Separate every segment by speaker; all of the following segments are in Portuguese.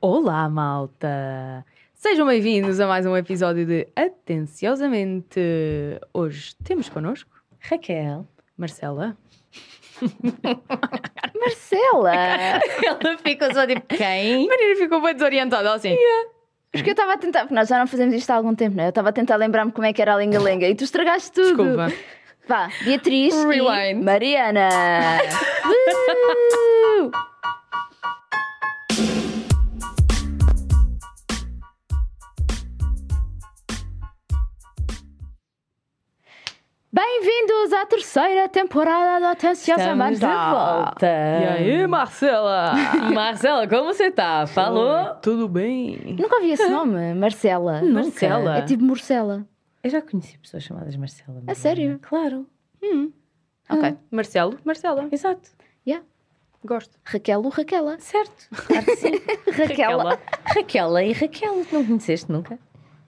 Speaker 1: Olá, malta! Sejam bem-vindos a mais um episódio de Atenciosamente. Hoje temos connosco
Speaker 2: Raquel.
Speaker 1: Marcela.
Speaker 2: Marcela! Ela ficou só tipo, quem?
Speaker 1: A Marina ficou bem desorientada assim.
Speaker 2: Porque eu estava a tentar, porque nós já não fazemos isto há algum tempo, não é? Eu estava a tentar lembrar-me como é que era a lenga-lenga e tu estragaste tudo.
Speaker 1: Desculpa.
Speaker 2: Vá, Beatriz
Speaker 1: Rewind.
Speaker 2: e Mariana. Uh! Bem-vindos à terceira temporada do Atenciosamente
Speaker 3: Estamos de volta.
Speaker 1: E aí, Marcela?
Speaker 3: Marcela, como você tá? Falou?
Speaker 1: Oi, Tudo bem?
Speaker 2: Nunca ouvi esse nome, Marcela.
Speaker 1: Nunca.
Speaker 2: É tipo Marcela.
Speaker 3: Eu já conheci pessoas chamadas Marcela.
Speaker 2: A sério?
Speaker 3: Claro.
Speaker 1: Hum.
Speaker 3: Ah.
Speaker 1: Ok. Marcelo, Marcela.
Speaker 3: Exato.
Speaker 1: Gosto.
Speaker 2: Raquel ou Raquela.
Speaker 3: Certo. Claro que sim.
Speaker 2: Raquela.
Speaker 3: Raquela e Raquel, não conheceste nunca?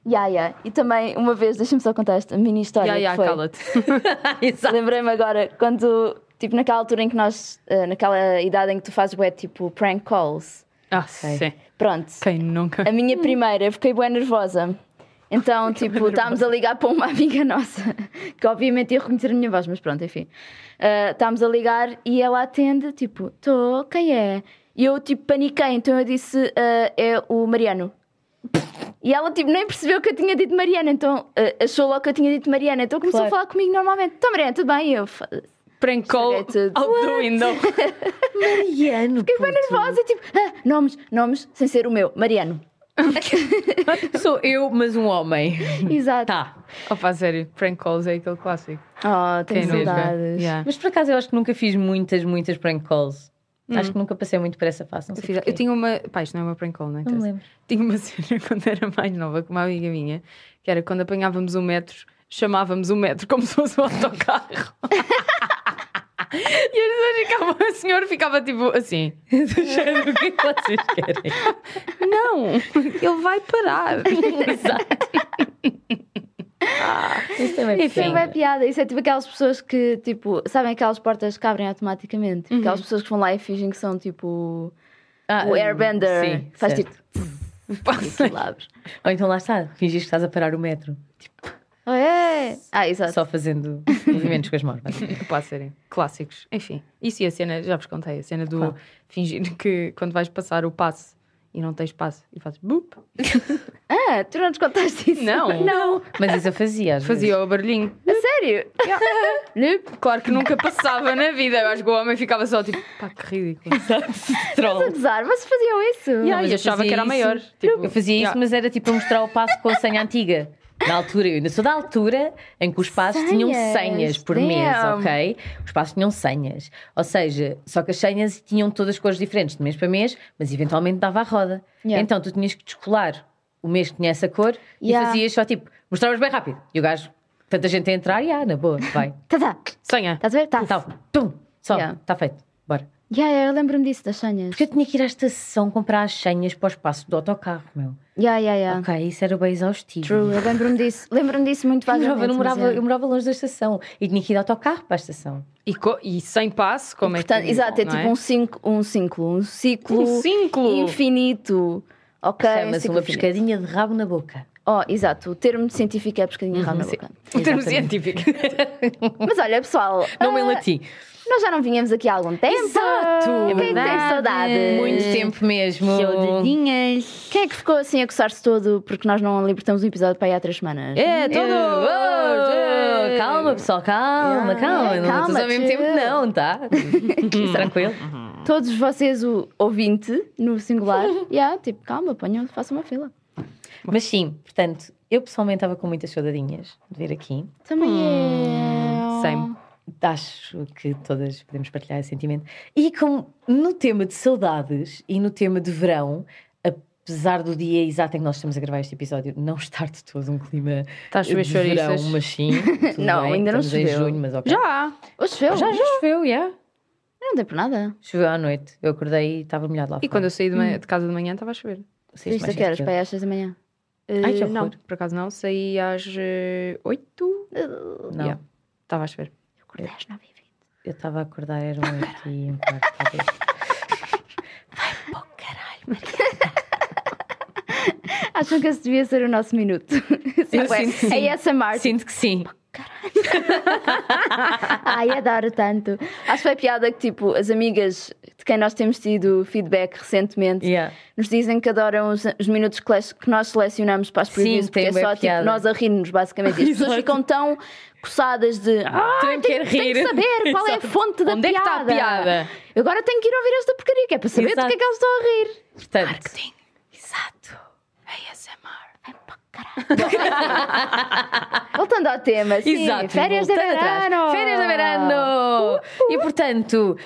Speaker 2: Ya, ya. E também, uma vez, deixa-me só contar esta mini história.
Speaker 1: Ya, ya,
Speaker 2: que foi.
Speaker 1: cala-te.
Speaker 3: Exato.
Speaker 2: Lembrei-me agora, quando, tipo, naquela altura em que nós, eh, naquela idade em que tu fazes bué, tipo, prank calls.
Speaker 1: Ah, sim.
Speaker 2: Pronto.
Speaker 1: Quem nunca?
Speaker 2: A minha primeira, eu fiquei bué nervosa. Então, tipo, estávamos a ligar para uma amiga nossa, que obviamente ia reconhecer a minha voz, mas pronto, enfim. Ah, estávamos a ligar e ela atende, tipo, tô, quem é? E eu, tipo, paniquei, então eu disse, "Ah, é o Mariano. E ela, tipo, nem percebeu que eu tinha dito Mariana, então ah, achou logo que eu tinha dito Mariana, então começou a
Speaker 3: Claro.
Speaker 2: falar comigo normalmente. Então, Mariana, tudo bem? E eu, "F-
Speaker 1: Prank call out
Speaker 2: Estraguei tudo.
Speaker 1: the window.
Speaker 3: Mariano.
Speaker 2: fiquei bem nervosa, tipo, "Ah, nomes, nomes, sem ser o meu, Mariano.
Speaker 3: Sou eu, mas um homem.
Speaker 2: Exato.
Speaker 3: Tá.
Speaker 1: Opa, a sério, prank calls é aquele clássico.
Speaker 2: Oh, tenho
Speaker 1: Quem nunca?
Speaker 2: saudades.
Speaker 1: Ya.
Speaker 3: Mas por acaso eu acho que nunca fiz muitas, muitas prank calls. Acho que nunca passei muito por essa fase. Não
Speaker 1: Eu,
Speaker 3: sei
Speaker 1: fiz- eu
Speaker 3: porquê.
Speaker 1: tinha uma. Pá, isto não é uma prank call, não é?
Speaker 3: Não me lembro.
Speaker 1: Tinha uma cena quando era mais nova com uma amiga minha, que era quando apanhávamos um metro, chamávamos o metro como se fosse um autocarro. E as pessoas ficavam, o senhor ficava tipo assim:
Speaker 3: Do género, o que é que vocês querem?
Speaker 1: Não, ele vai parar.
Speaker 3: Exato. Isso também é
Speaker 2: Isso é
Speaker 3: pequeno.
Speaker 2: bem piada. Isso é tipo aquelas pessoas que, tipo, sabem aquelas portas que abrem automaticamente? Tipo, Aquelas pessoas que vão lá e fingem que são tipo
Speaker 3: Uhum. Ah,
Speaker 2: o airbender.
Speaker 3: Sim,
Speaker 2: Faz
Speaker 3: certo.
Speaker 2: tipo.
Speaker 1: Passa.
Speaker 2: aquilo abre.
Speaker 3: Ou então lá está, fingis que estás a parar o metro.
Speaker 2: Oh, é. Ah, exato.
Speaker 3: Só fazendo movimentos com as mãos. basicamente.
Speaker 1: Pá, sério, clássicos. Enfim, isso e a cena, já vos contei, a cena do
Speaker 3: Claro.
Speaker 1: fingir que quando vais passar o passe e não tens passe e fazes boop.
Speaker 2: Ah, tu não nos contaste isso?
Speaker 1: Não.
Speaker 2: Não.
Speaker 3: Mas É isso eu fazia às vezes.
Speaker 1: Fazia o barulhinho.
Speaker 2: A sério?
Speaker 1: Claro que nunca passava na vida. Eu acho que o homem ficava só tipo, pá, que ridículo.
Speaker 3: Troll.
Speaker 2: Estás a gozar? Vocês faziam isso?
Speaker 1: Yeah,
Speaker 3: mas
Speaker 1: e
Speaker 3: eu
Speaker 1: achava
Speaker 3: fazia
Speaker 1: que era
Speaker 3: isso.
Speaker 1: maior. Tipo,
Speaker 3: Eu fazia isso,
Speaker 1: yeah.
Speaker 3: mas era tipo a mostrar o passo com a senha antiga. Na altura, eu ainda sou da altura em que os passos tinham
Speaker 2: Senhas,
Speaker 3: senhas por mês,
Speaker 2: damn.
Speaker 3: ok? Os passos tinham senhas. Ou seja, só que as senhas tinham todas cores diferentes de mês para mês, mas eventualmente dava a roda.
Speaker 2: Yeah.
Speaker 3: Então tu tinhas que descolar o mês que tinha essa cor
Speaker 2: Yeah.
Speaker 3: e fazias só tipo, mostravas bem rápido. E o gajo, tanta gente a entrar, e ah, na boa, vai.
Speaker 2: Tá, tá.
Speaker 1: Senha.
Speaker 2: Estás a ver? Tá.
Speaker 3: Tá, pum, só,
Speaker 2: Yeah.
Speaker 3: está feito, bora.
Speaker 2: Yeah, yeah, eu lembro-me disso, das senhas.
Speaker 3: Porque eu tinha que ir à estação comprar as senhas para o espaço do autocarro, meu.
Speaker 2: Yeah, yeah, yeah.
Speaker 3: Ok, isso era bem exaustivo.
Speaker 2: True, eu lembro-me disso. Lembro-me disso muito
Speaker 3: Eu
Speaker 2: vagamente.
Speaker 3: morava, eu, morava,
Speaker 2: mas é.
Speaker 3: eu morava longe da estação e tinha que ir de autocarro para a estação.
Speaker 1: E, co- e sem passe, como é
Speaker 2: Portanto,
Speaker 1: que.
Speaker 2: exato, é
Speaker 1: não
Speaker 2: tipo um, cinco, um ciclo, um ciclo,
Speaker 1: Um ciclo.
Speaker 2: infinito. Ok, um
Speaker 3: Chama-se
Speaker 2: ciclo
Speaker 3: uma
Speaker 2: infinito.
Speaker 3: pescadinha de rabo na boca.
Speaker 2: Oh, exato, o termo científico é pescadinha rabo na
Speaker 1: sim.
Speaker 2: boca.
Speaker 1: Um termo
Speaker 3: Exatamente.
Speaker 1: científico.
Speaker 2: Mas olha, pessoal,
Speaker 3: Não
Speaker 2: ah,
Speaker 3: em latim.
Speaker 2: nós já não vinhamos aqui há algum tempo.
Speaker 3: Exato!
Speaker 2: Quem é que tem
Speaker 1: verdade.
Speaker 2: saudades?
Speaker 3: Muito tempo mesmo.
Speaker 1: Saudadinhas.
Speaker 2: Quem é que ficou assim a coçar-se todo porque nós não libertamos um episódio para aí há três semanas?
Speaker 1: É,
Speaker 3: Eu-
Speaker 1: tudo!
Speaker 3: Oh, oh, calma, pessoal, calma,
Speaker 2: Yeah.
Speaker 3: calma. Não
Speaker 2: Calma,
Speaker 3: estamos ao mesmo
Speaker 2: chill.
Speaker 3: tempo, não, tá? Tranquilo.
Speaker 2: Todos vocês, o ouvinte, no singular, yeah, tipo, calma, ponham, façam uma fila.
Speaker 3: Mas sim, portanto, eu pessoalmente estava com muitas saudadinhas de vir aqui.
Speaker 2: Também eu.
Speaker 1: Same.
Speaker 3: Acho que todas podemos partilhar esse sentimento. E como no tema de saudades e no tema de verão, apesar do dia exato em que nós estamos a gravar este episódio, não estar de todo um clima
Speaker 1: Está Tá a chover
Speaker 3: de verão,
Speaker 1: chouriças.
Speaker 3: mas sim. tudo
Speaker 2: Não,
Speaker 3: bem,
Speaker 2: ainda não
Speaker 3: estamos
Speaker 2: choveu.
Speaker 3: em junho, mas ok.
Speaker 1: Já!
Speaker 2: Hoje choveu?
Speaker 3: já, já choveu, yeah.
Speaker 2: Não deu por nada.
Speaker 3: Choveu à noite. Eu acordei e estava molhado lá
Speaker 1: E
Speaker 3: fora.
Speaker 1: quando eu saí de,
Speaker 3: Hum.
Speaker 1: manhã- de casa de manhã estava a chover.
Speaker 3: Vocês
Speaker 2: Viste a
Speaker 3: mais
Speaker 2: que horas?
Speaker 3: cedo
Speaker 2: Para aí às seis da manhã.
Speaker 3: Ai, que
Speaker 1: Eh, Não,
Speaker 3: horror.
Speaker 1: por acaso não. Saí às 8.
Speaker 3: eu. Não.
Speaker 1: Yeah. Estava a chover.
Speaker 2: Acordei às nove e vinte.
Speaker 3: Eu estava a acordar, eram oito e um quarto, talvez. Vai para o caralho, Maria.
Speaker 2: Acham que esse devia ser o nosso minuto. Tipo, é,
Speaker 3: sinto que
Speaker 2: é essa marca.
Speaker 3: Sinto que sim.
Speaker 2: Ai, adoro tanto. Acho que foi piada que, tipo, as amigas de quem nós temos tido feedback recentemente
Speaker 3: Yeah.
Speaker 2: nos dizem que adoram os, os minutos que, les- que nós selecionamos para as
Speaker 3: Sim,
Speaker 2: previews, porque
Speaker 3: tem
Speaker 2: é
Speaker 3: bué
Speaker 2: só tipo,
Speaker 3: piada.
Speaker 2: nós a rir-nos, basicamente. E as pessoas
Speaker 3: Exato.
Speaker 2: ficam tão coçadas de. Ah,
Speaker 3: Tenho que
Speaker 2: tenho que
Speaker 3: rir."
Speaker 2: saber qual é a
Speaker 3: Exato.
Speaker 2: fonte da
Speaker 1: Onde é que
Speaker 2: piada.
Speaker 1: está a piada?
Speaker 2: Eu agora tenho que ir ouvir esta porcaria, que é para saber do
Speaker 3: Exato.
Speaker 2: que é que eles estão a rir.
Speaker 3: Portanto,
Speaker 1: Exato. ASMR.
Speaker 2: Voltando ao tema, sim,
Speaker 3: Exato.
Speaker 2: férias de
Speaker 3: voltando atrás.
Speaker 2: verano.
Speaker 3: Férias de verano. E portanto,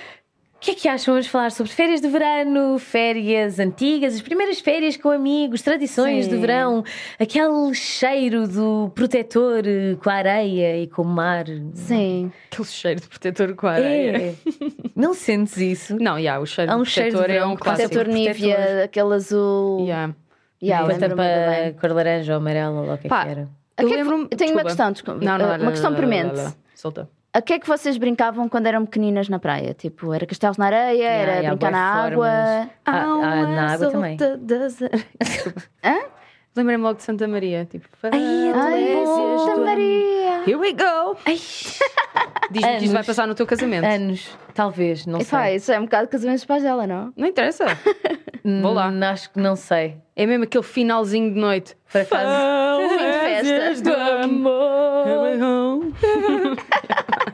Speaker 3: o que é que acham? Vamos falar sobre férias de verano, férias antigas, as primeiras férias com amigos, tradições
Speaker 2: Sim.
Speaker 3: de verão, aquele cheiro do protetor eh, com a areia e com o mar.
Speaker 2: Sim.
Speaker 1: Aquele cheiro de protetor com a areia.
Speaker 3: É. Não sentes isso?
Speaker 1: Não, yeah, o cheiro
Speaker 3: Há um
Speaker 1: de
Speaker 3: cheiro de
Speaker 1: protetor é
Speaker 3: verão
Speaker 1: um
Speaker 3: que passa
Speaker 1: clássico.
Speaker 2: Protetor Nívea, aquele azul.
Speaker 1: Yeah.
Speaker 2: Yeah,
Speaker 3: Com a
Speaker 2: lembro-me bem.
Speaker 3: tampa cor laranja ou amarela, ou lá o que é
Speaker 1: Pá,
Speaker 3: que era.
Speaker 1: Eu
Speaker 2: A que é que-
Speaker 1: lembro-me-
Speaker 2: tenho
Speaker 1: desculpa.
Speaker 2: uma questão, desculpa. Eh,
Speaker 1: Não, não,
Speaker 3: eh,
Speaker 1: não,
Speaker 2: uma questão
Speaker 1: não, não,
Speaker 2: premente.
Speaker 1: não, não. Solta.
Speaker 2: A que é que vocês brincavam quando eram pequeninas na praia? Tipo, era castelos na areia, era
Speaker 3: Yeah, e há
Speaker 2: brincar
Speaker 3: bué
Speaker 2: na água.
Speaker 3: formas. Ah, ah, na água também.
Speaker 2: Hã?
Speaker 1: Lembrei-me logo de Santa Maria. Tipo,
Speaker 3: Ai, é tão
Speaker 2: Ai,
Speaker 3: bom.
Speaker 2: Santa Maria!
Speaker 1: Here we go! Diz-me que isto vai
Speaker 3: Anos.
Speaker 1: passar no teu casamento.
Speaker 3: Anos, talvez, não
Speaker 2: Epá,
Speaker 3: sei.
Speaker 2: isso é um bocado casamento dos pais dela, não?
Speaker 1: Não interessa. Vou lá.
Speaker 3: Hum, Acho que não sei.
Speaker 1: É mesmo aquele finalzinho de noite.
Speaker 3: Por acaso.
Speaker 1: é
Speaker 2: Férias do
Speaker 1: amor.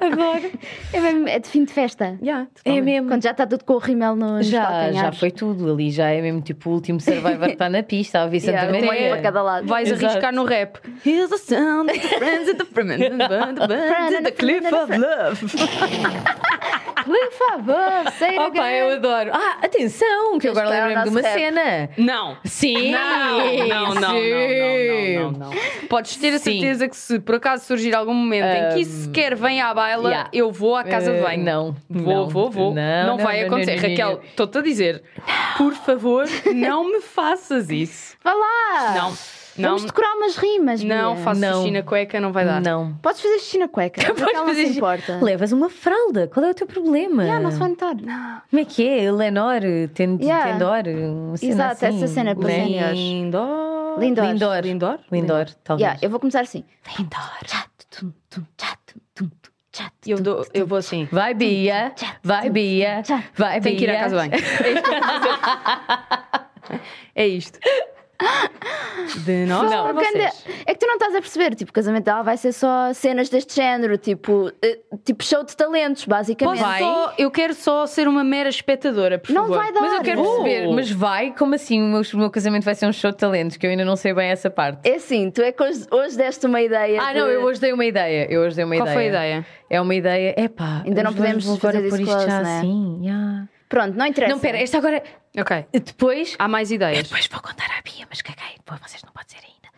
Speaker 3: Agora.
Speaker 2: É, mesmo, é de fim de festa.
Speaker 1: Yeah,
Speaker 3: É mesmo.
Speaker 2: Quando já está tudo com o rímel no nos
Speaker 3: Já, já
Speaker 2: calcanhares.
Speaker 3: foi tudo. Ali já é mesmo tipo o último survivor que está na pista. Ouvi
Speaker 1: é
Speaker 3: Santa
Speaker 2: Yeah, um olho
Speaker 3: Maria.
Speaker 2: para cada lado.
Speaker 1: Vais
Speaker 3: Exato.
Speaker 1: arriscar no rap. Here's the sound of the friends of the friends and the band, the band and the cliff of love.
Speaker 2: Ah, Por favor, sei
Speaker 1: um.
Speaker 3: Oh pá, eu adoro. Ah, atenção, que eu agora
Speaker 2: Este é o
Speaker 3: lembrei-me de uma
Speaker 2: nosso rap.
Speaker 3: cena.
Speaker 1: Não.
Speaker 3: Sim!
Speaker 1: Não, não, não, não,
Speaker 3: sim.
Speaker 1: não, não, não, não. Podes ter a
Speaker 3: Sim.
Speaker 1: certeza que se por acaso surgir algum momento em que isso sequer vem à baila,
Speaker 3: yeah.
Speaker 1: eu vou à casa de
Speaker 3: Eh,
Speaker 1: banho.
Speaker 3: não,
Speaker 1: Vou,
Speaker 3: não.
Speaker 1: vou, vou. Não,
Speaker 3: Não, não,
Speaker 1: vai
Speaker 3: não,
Speaker 1: acontecer.
Speaker 3: não, não, não.
Speaker 1: Raquel, estou-te a dizer, por favor, não me faças isso.
Speaker 2: Vá lá!
Speaker 1: Não, não,
Speaker 2: Vamos decorar umas rimas,
Speaker 1: não
Speaker 2: Bia.
Speaker 1: faço
Speaker 3: Não.
Speaker 1: xixi na cueca, não vai dar.
Speaker 3: Não.
Speaker 2: Podes fazer xixi na cueca.
Speaker 1: Podes
Speaker 2: Raquel não
Speaker 1: fazer
Speaker 2: se
Speaker 1: xixi-
Speaker 2: importa.
Speaker 3: Levas uma fralda, qual é o teu problema?
Speaker 2: Ah, não se vai notar.
Speaker 3: Como é que é? Eleanor, ten,
Speaker 2: Yeah.
Speaker 3: Tendor, uma cena
Speaker 2: Exato,
Speaker 3: assim,
Speaker 2: essa cena para
Speaker 3: né?
Speaker 2: seniors.
Speaker 1: Lindor.
Speaker 2: Lindor.
Speaker 3: Lindor.
Speaker 1: Lindor?
Speaker 3: Lindor, talvez.
Speaker 2: Yeah, eu vou começar assim.
Speaker 3: Lindor.
Speaker 1: E Eu, dou, eu vou assim.
Speaker 3: Vai, Bia. Vai, Bia. Vai, Bia.
Speaker 1: Tenho que ir à casa bem. É isto. que eu vou fazer. De nós para
Speaker 2: Oh, Ganda,
Speaker 1: vocês.
Speaker 2: É que tu não estás a perceber, tipo, o casamento dela vai ser só cenas deste género, tipo, eh, tipo show de talentos, basicamente.
Speaker 1: Posso só, eu quero só ser uma mera espectadora, por
Speaker 2: Não
Speaker 1: favor. Uh!
Speaker 2: vai dar.
Speaker 1: Mas eu quero
Speaker 2: Vou.
Speaker 1: perceber.
Speaker 3: Perceber, mas vai, como assim? O meu, o meu casamento vai ser um show de talentos, que eu ainda não sei bem essa parte.
Speaker 2: É assim, tu é que hoje, hoje deste uma ideia.
Speaker 3: Ah,
Speaker 2: de-
Speaker 3: não, eu hoje dei uma ideia. Eu hoje dei uma
Speaker 1: É Qual
Speaker 3: ideia.
Speaker 1: foi a ideia?
Speaker 3: É uma ideia. Epá,
Speaker 2: Ainda não
Speaker 3: os
Speaker 2: podemos
Speaker 3: dois vão agora
Speaker 2: fazer
Speaker 3: pôr isto
Speaker 2: disclose,
Speaker 3: já
Speaker 2: né?
Speaker 3: assim. yeah.
Speaker 2: Pronto, não interessa.
Speaker 3: Não, pera,
Speaker 1: é
Speaker 3: esta agora.
Speaker 1: Ok.
Speaker 3: Depois.
Speaker 1: Há mais ideias.
Speaker 3: Depois vou contar à Bia, mas caguei. Pô, vocês não podem ser ainda.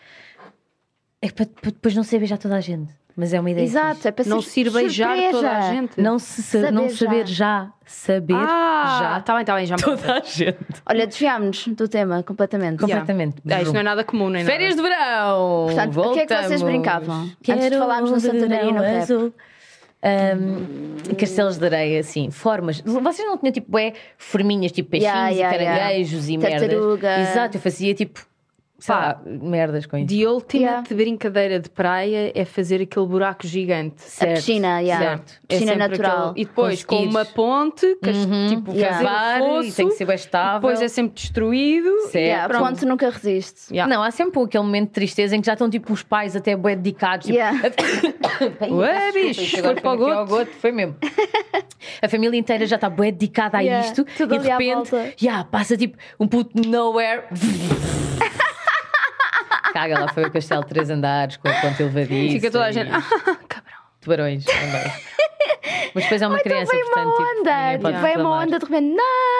Speaker 3: É para para depois não ser beijar toda a gente. Mas é uma ideia.
Speaker 2: Exato,
Speaker 3: fixe.
Speaker 2: é para
Speaker 1: Não
Speaker 2: ser
Speaker 1: se ir beijar
Speaker 2: surpresa.
Speaker 1: toda a gente.
Speaker 3: Não, se, sa-
Speaker 2: Saber
Speaker 3: não
Speaker 2: já.
Speaker 3: saber já. Saber
Speaker 1: ah, já.
Speaker 3: já.
Speaker 1: Está bem, está bem, já me
Speaker 3: Toda a gente.
Speaker 2: Olha, desviámos-nos do tema completamente.
Speaker 1: Yeah.
Speaker 3: Completamente.
Speaker 1: Ah, isto não é nada comum, nem
Speaker 3: Férias
Speaker 1: nada.
Speaker 3: de verão!
Speaker 2: Portanto, o que é que vocês
Speaker 3: Voltamos.
Speaker 2: brincavam? Antes de falarmos na
Speaker 3: um
Speaker 2: Santa Maria e no
Speaker 3: verão
Speaker 2: rap. Hum.
Speaker 3: azul. Ahm, Hum, castelos de areia, assim, formas. Vocês não tinham tipo é, forminhas, tipo peixinhos
Speaker 2: Yeah, yeah,
Speaker 3: e
Speaker 2: yeah.
Speaker 3: caranguejos e
Speaker 2: Tartaruga.
Speaker 3: merdas. Exato, eu fazia tipo, sei
Speaker 1: Pá.
Speaker 3: lá, merdas com isso.
Speaker 1: The ultimate
Speaker 2: Yeah.
Speaker 1: brincadeira de praia é fazer aquele buraco gigante.
Speaker 2: A piscina, yeah.
Speaker 1: é Certo. É
Speaker 2: piscina
Speaker 1: sempre
Speaker 2: natural.
Speaker 1: aquele- E depois com
Speaker 3: Conseguires.
Speaker 1: uma ponte, que as- tipo,
Speaker 2: Uhum. Yeah.
Speaker 1: fazer
Speaker 3: Cavar,
Speaker 1: um
Speaker 3: e
Speaker 1: fosso,
Speaker 3: tem que ser bem estável.
Speaker 1: depois é sempre destruído.
Speaker 3: Certo.
Speaker 2: Yeah,
Speaker 1: É, Pronto.
Speaker 2: Ponto nunca resiste.
Speaker 1: Yeah.
Speaker 3: Não, há sempre aquele momento de tristeza em que já estão tipo os pais até bem dedicados. Tipo,
Speaker 2: Yeah.
Speaker 3: Ai,
Speaker 1: Ué,
Speaker 3: desculpa,
Speaker 1: bicho,
Speaker 3: isto agora
Speaker 1: foi para o
Speaker 3: aqui ao
Speaker 1: goto.
Speaker 3: Foi mesmo. A família inteira já está bem dedicada a
Speaker 2: Yeah,
Speaker 3: isto
Speaker 2: tudo
Speaker 3: e de
Speaker 2: ali à
Speaker 3: repente
Speaker 2: volta.
Speaker 3: yeah, passa tipo um puto de nowhere. Caga, lá foi o castelo de três andares com o ponto elevadíssimo.
Speaker 1: Fica toda a gente.
Speaker 3: e
Speaker 1: Ah, cabrão.
Speaker 3: Tubarões também. Mas depois é uma criança,
Speaker 2: Então Vem
Speaker 3: portanto,
Speaker 2: uma
Speaker 3: tipo,
Speaker 2: onda,
Speaker 3: ninguém pode
Speaker 2: tipo, vem uma
Speaker 3: reclamar.
Speaker 2: onda de repente, não,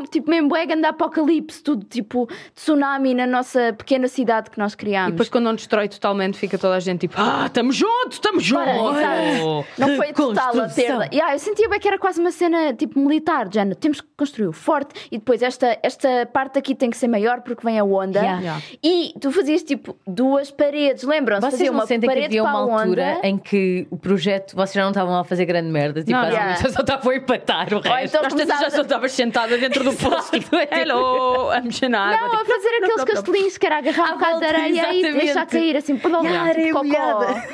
Speaker 2: Não, tipo, mesmo é grande apocalipse, tudo tipo tsunami na nossa pequena cidade que nós
Speaker 1: E
Speaker 2: criámos.
Speaker 1: depois quando não destrói totalmente fica toda a gente tipo Ah, estamos juntos, estamos
Speaker 2: Ora,
Speaker 1: juntos!
Speaker 2: exato. Não foi total a
Speaker 3: Reconstrução.
Speaker 2: perda. Yeah, eu sentia bem que era quase uma cena tipo militar, de género. Temos que construir o forte e depois esta, esta parte aqui tem que ser maior porque vem a onda.
Speaker 3: Yeah.
Speaker 1: Yeah.
Speaker 2: E tu fazias tipo duas paredes, lembram-se?
Speaker 3: Vocês
Speaker 2: Fazia
Speaker 3: não
Speaker 2: uma
Speaker 3: sentem que
Speaker 2: parede
Speaker 3: havia uma
Speaker 2: para a
Speaker 3: altura
Speaker 2: onda.
Speaker 3: em que o projeto, vocês já não estavam a fazer grande merda, tipo,
Speaker 1: Não,
Speaker 3: as
Speaker 2: yeah.
Speaker 3: só estavam a empatar o resto.
Speaker 2: então-
Speaker 1: Nós todas já só estavas sentada dentro do poço tipo, Hello, a mexer na água tipo,
Speaker 2: Não, a fazer aqueles castelinhos que era agarrar um bocado de
Speaker 3: volta,
Speaker 2: areia e
Speaker 3: exatamente.
Speaker 2: deixar cair assim, blá, blá,
Speaker 3: E a
Speaker 2: blá,
Speaker 3: areia
Speaker 2: tipo, cocó.
Speaker 3: molhada.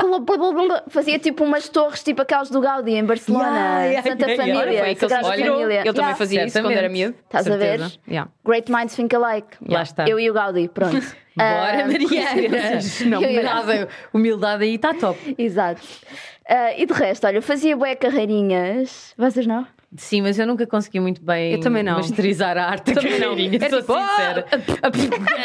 Speaker 2: Blá, blá, blá, blá, blá. Fazia tipo umas torres, tipo aquelas do Gaudi em Barcelona,
Speaker 3: Yeah, yeah,
Speaker 2: Santa
Speaker 3: yeah, yeah.
Speaker 2: Família.
Speaker 1: Olha, foi aí que ele se
Speaker 2: Sagrada
Speaker 1: inspirou.
Speaker 2: Família.
Speaker 1: Eu também
Speaker 2: Yeah.
Speaker 1: fazia isso quando era
Speaker 3: Certamente.
Speaker 1: miúdo.
Speaker 2: Estás a ver?
Speaker 1: certeza. Yeah.
Speaker 2: Great minds think alike.
Speaker 3: Lá está.
Speaker 2: Eu e o Gaudi, pronto.
Speaker 3: Bora,
Speaker 2: Ah,
Speaker 3: Mariana!
Speaker 1: Não,
Speaker 2: Eu-
Speaker 3: Humildade, humildade aí está top.
Speaker 2: Exato. Ah, e de resto, olha, eu fazia bué carreirinhas. Vocês não?
Speaker 3: Sim, mas eu nunca consegui muito bem
Speaker 1: Eu também não.
Speaker 3: masterizar a arte da
Speaker 1: Também não.
Speaker 3: carreirinha,
Speaker 1: É
Speaker 3: sou
Speaker 1: tipo, "Ah!"
Speaker 3: sincera.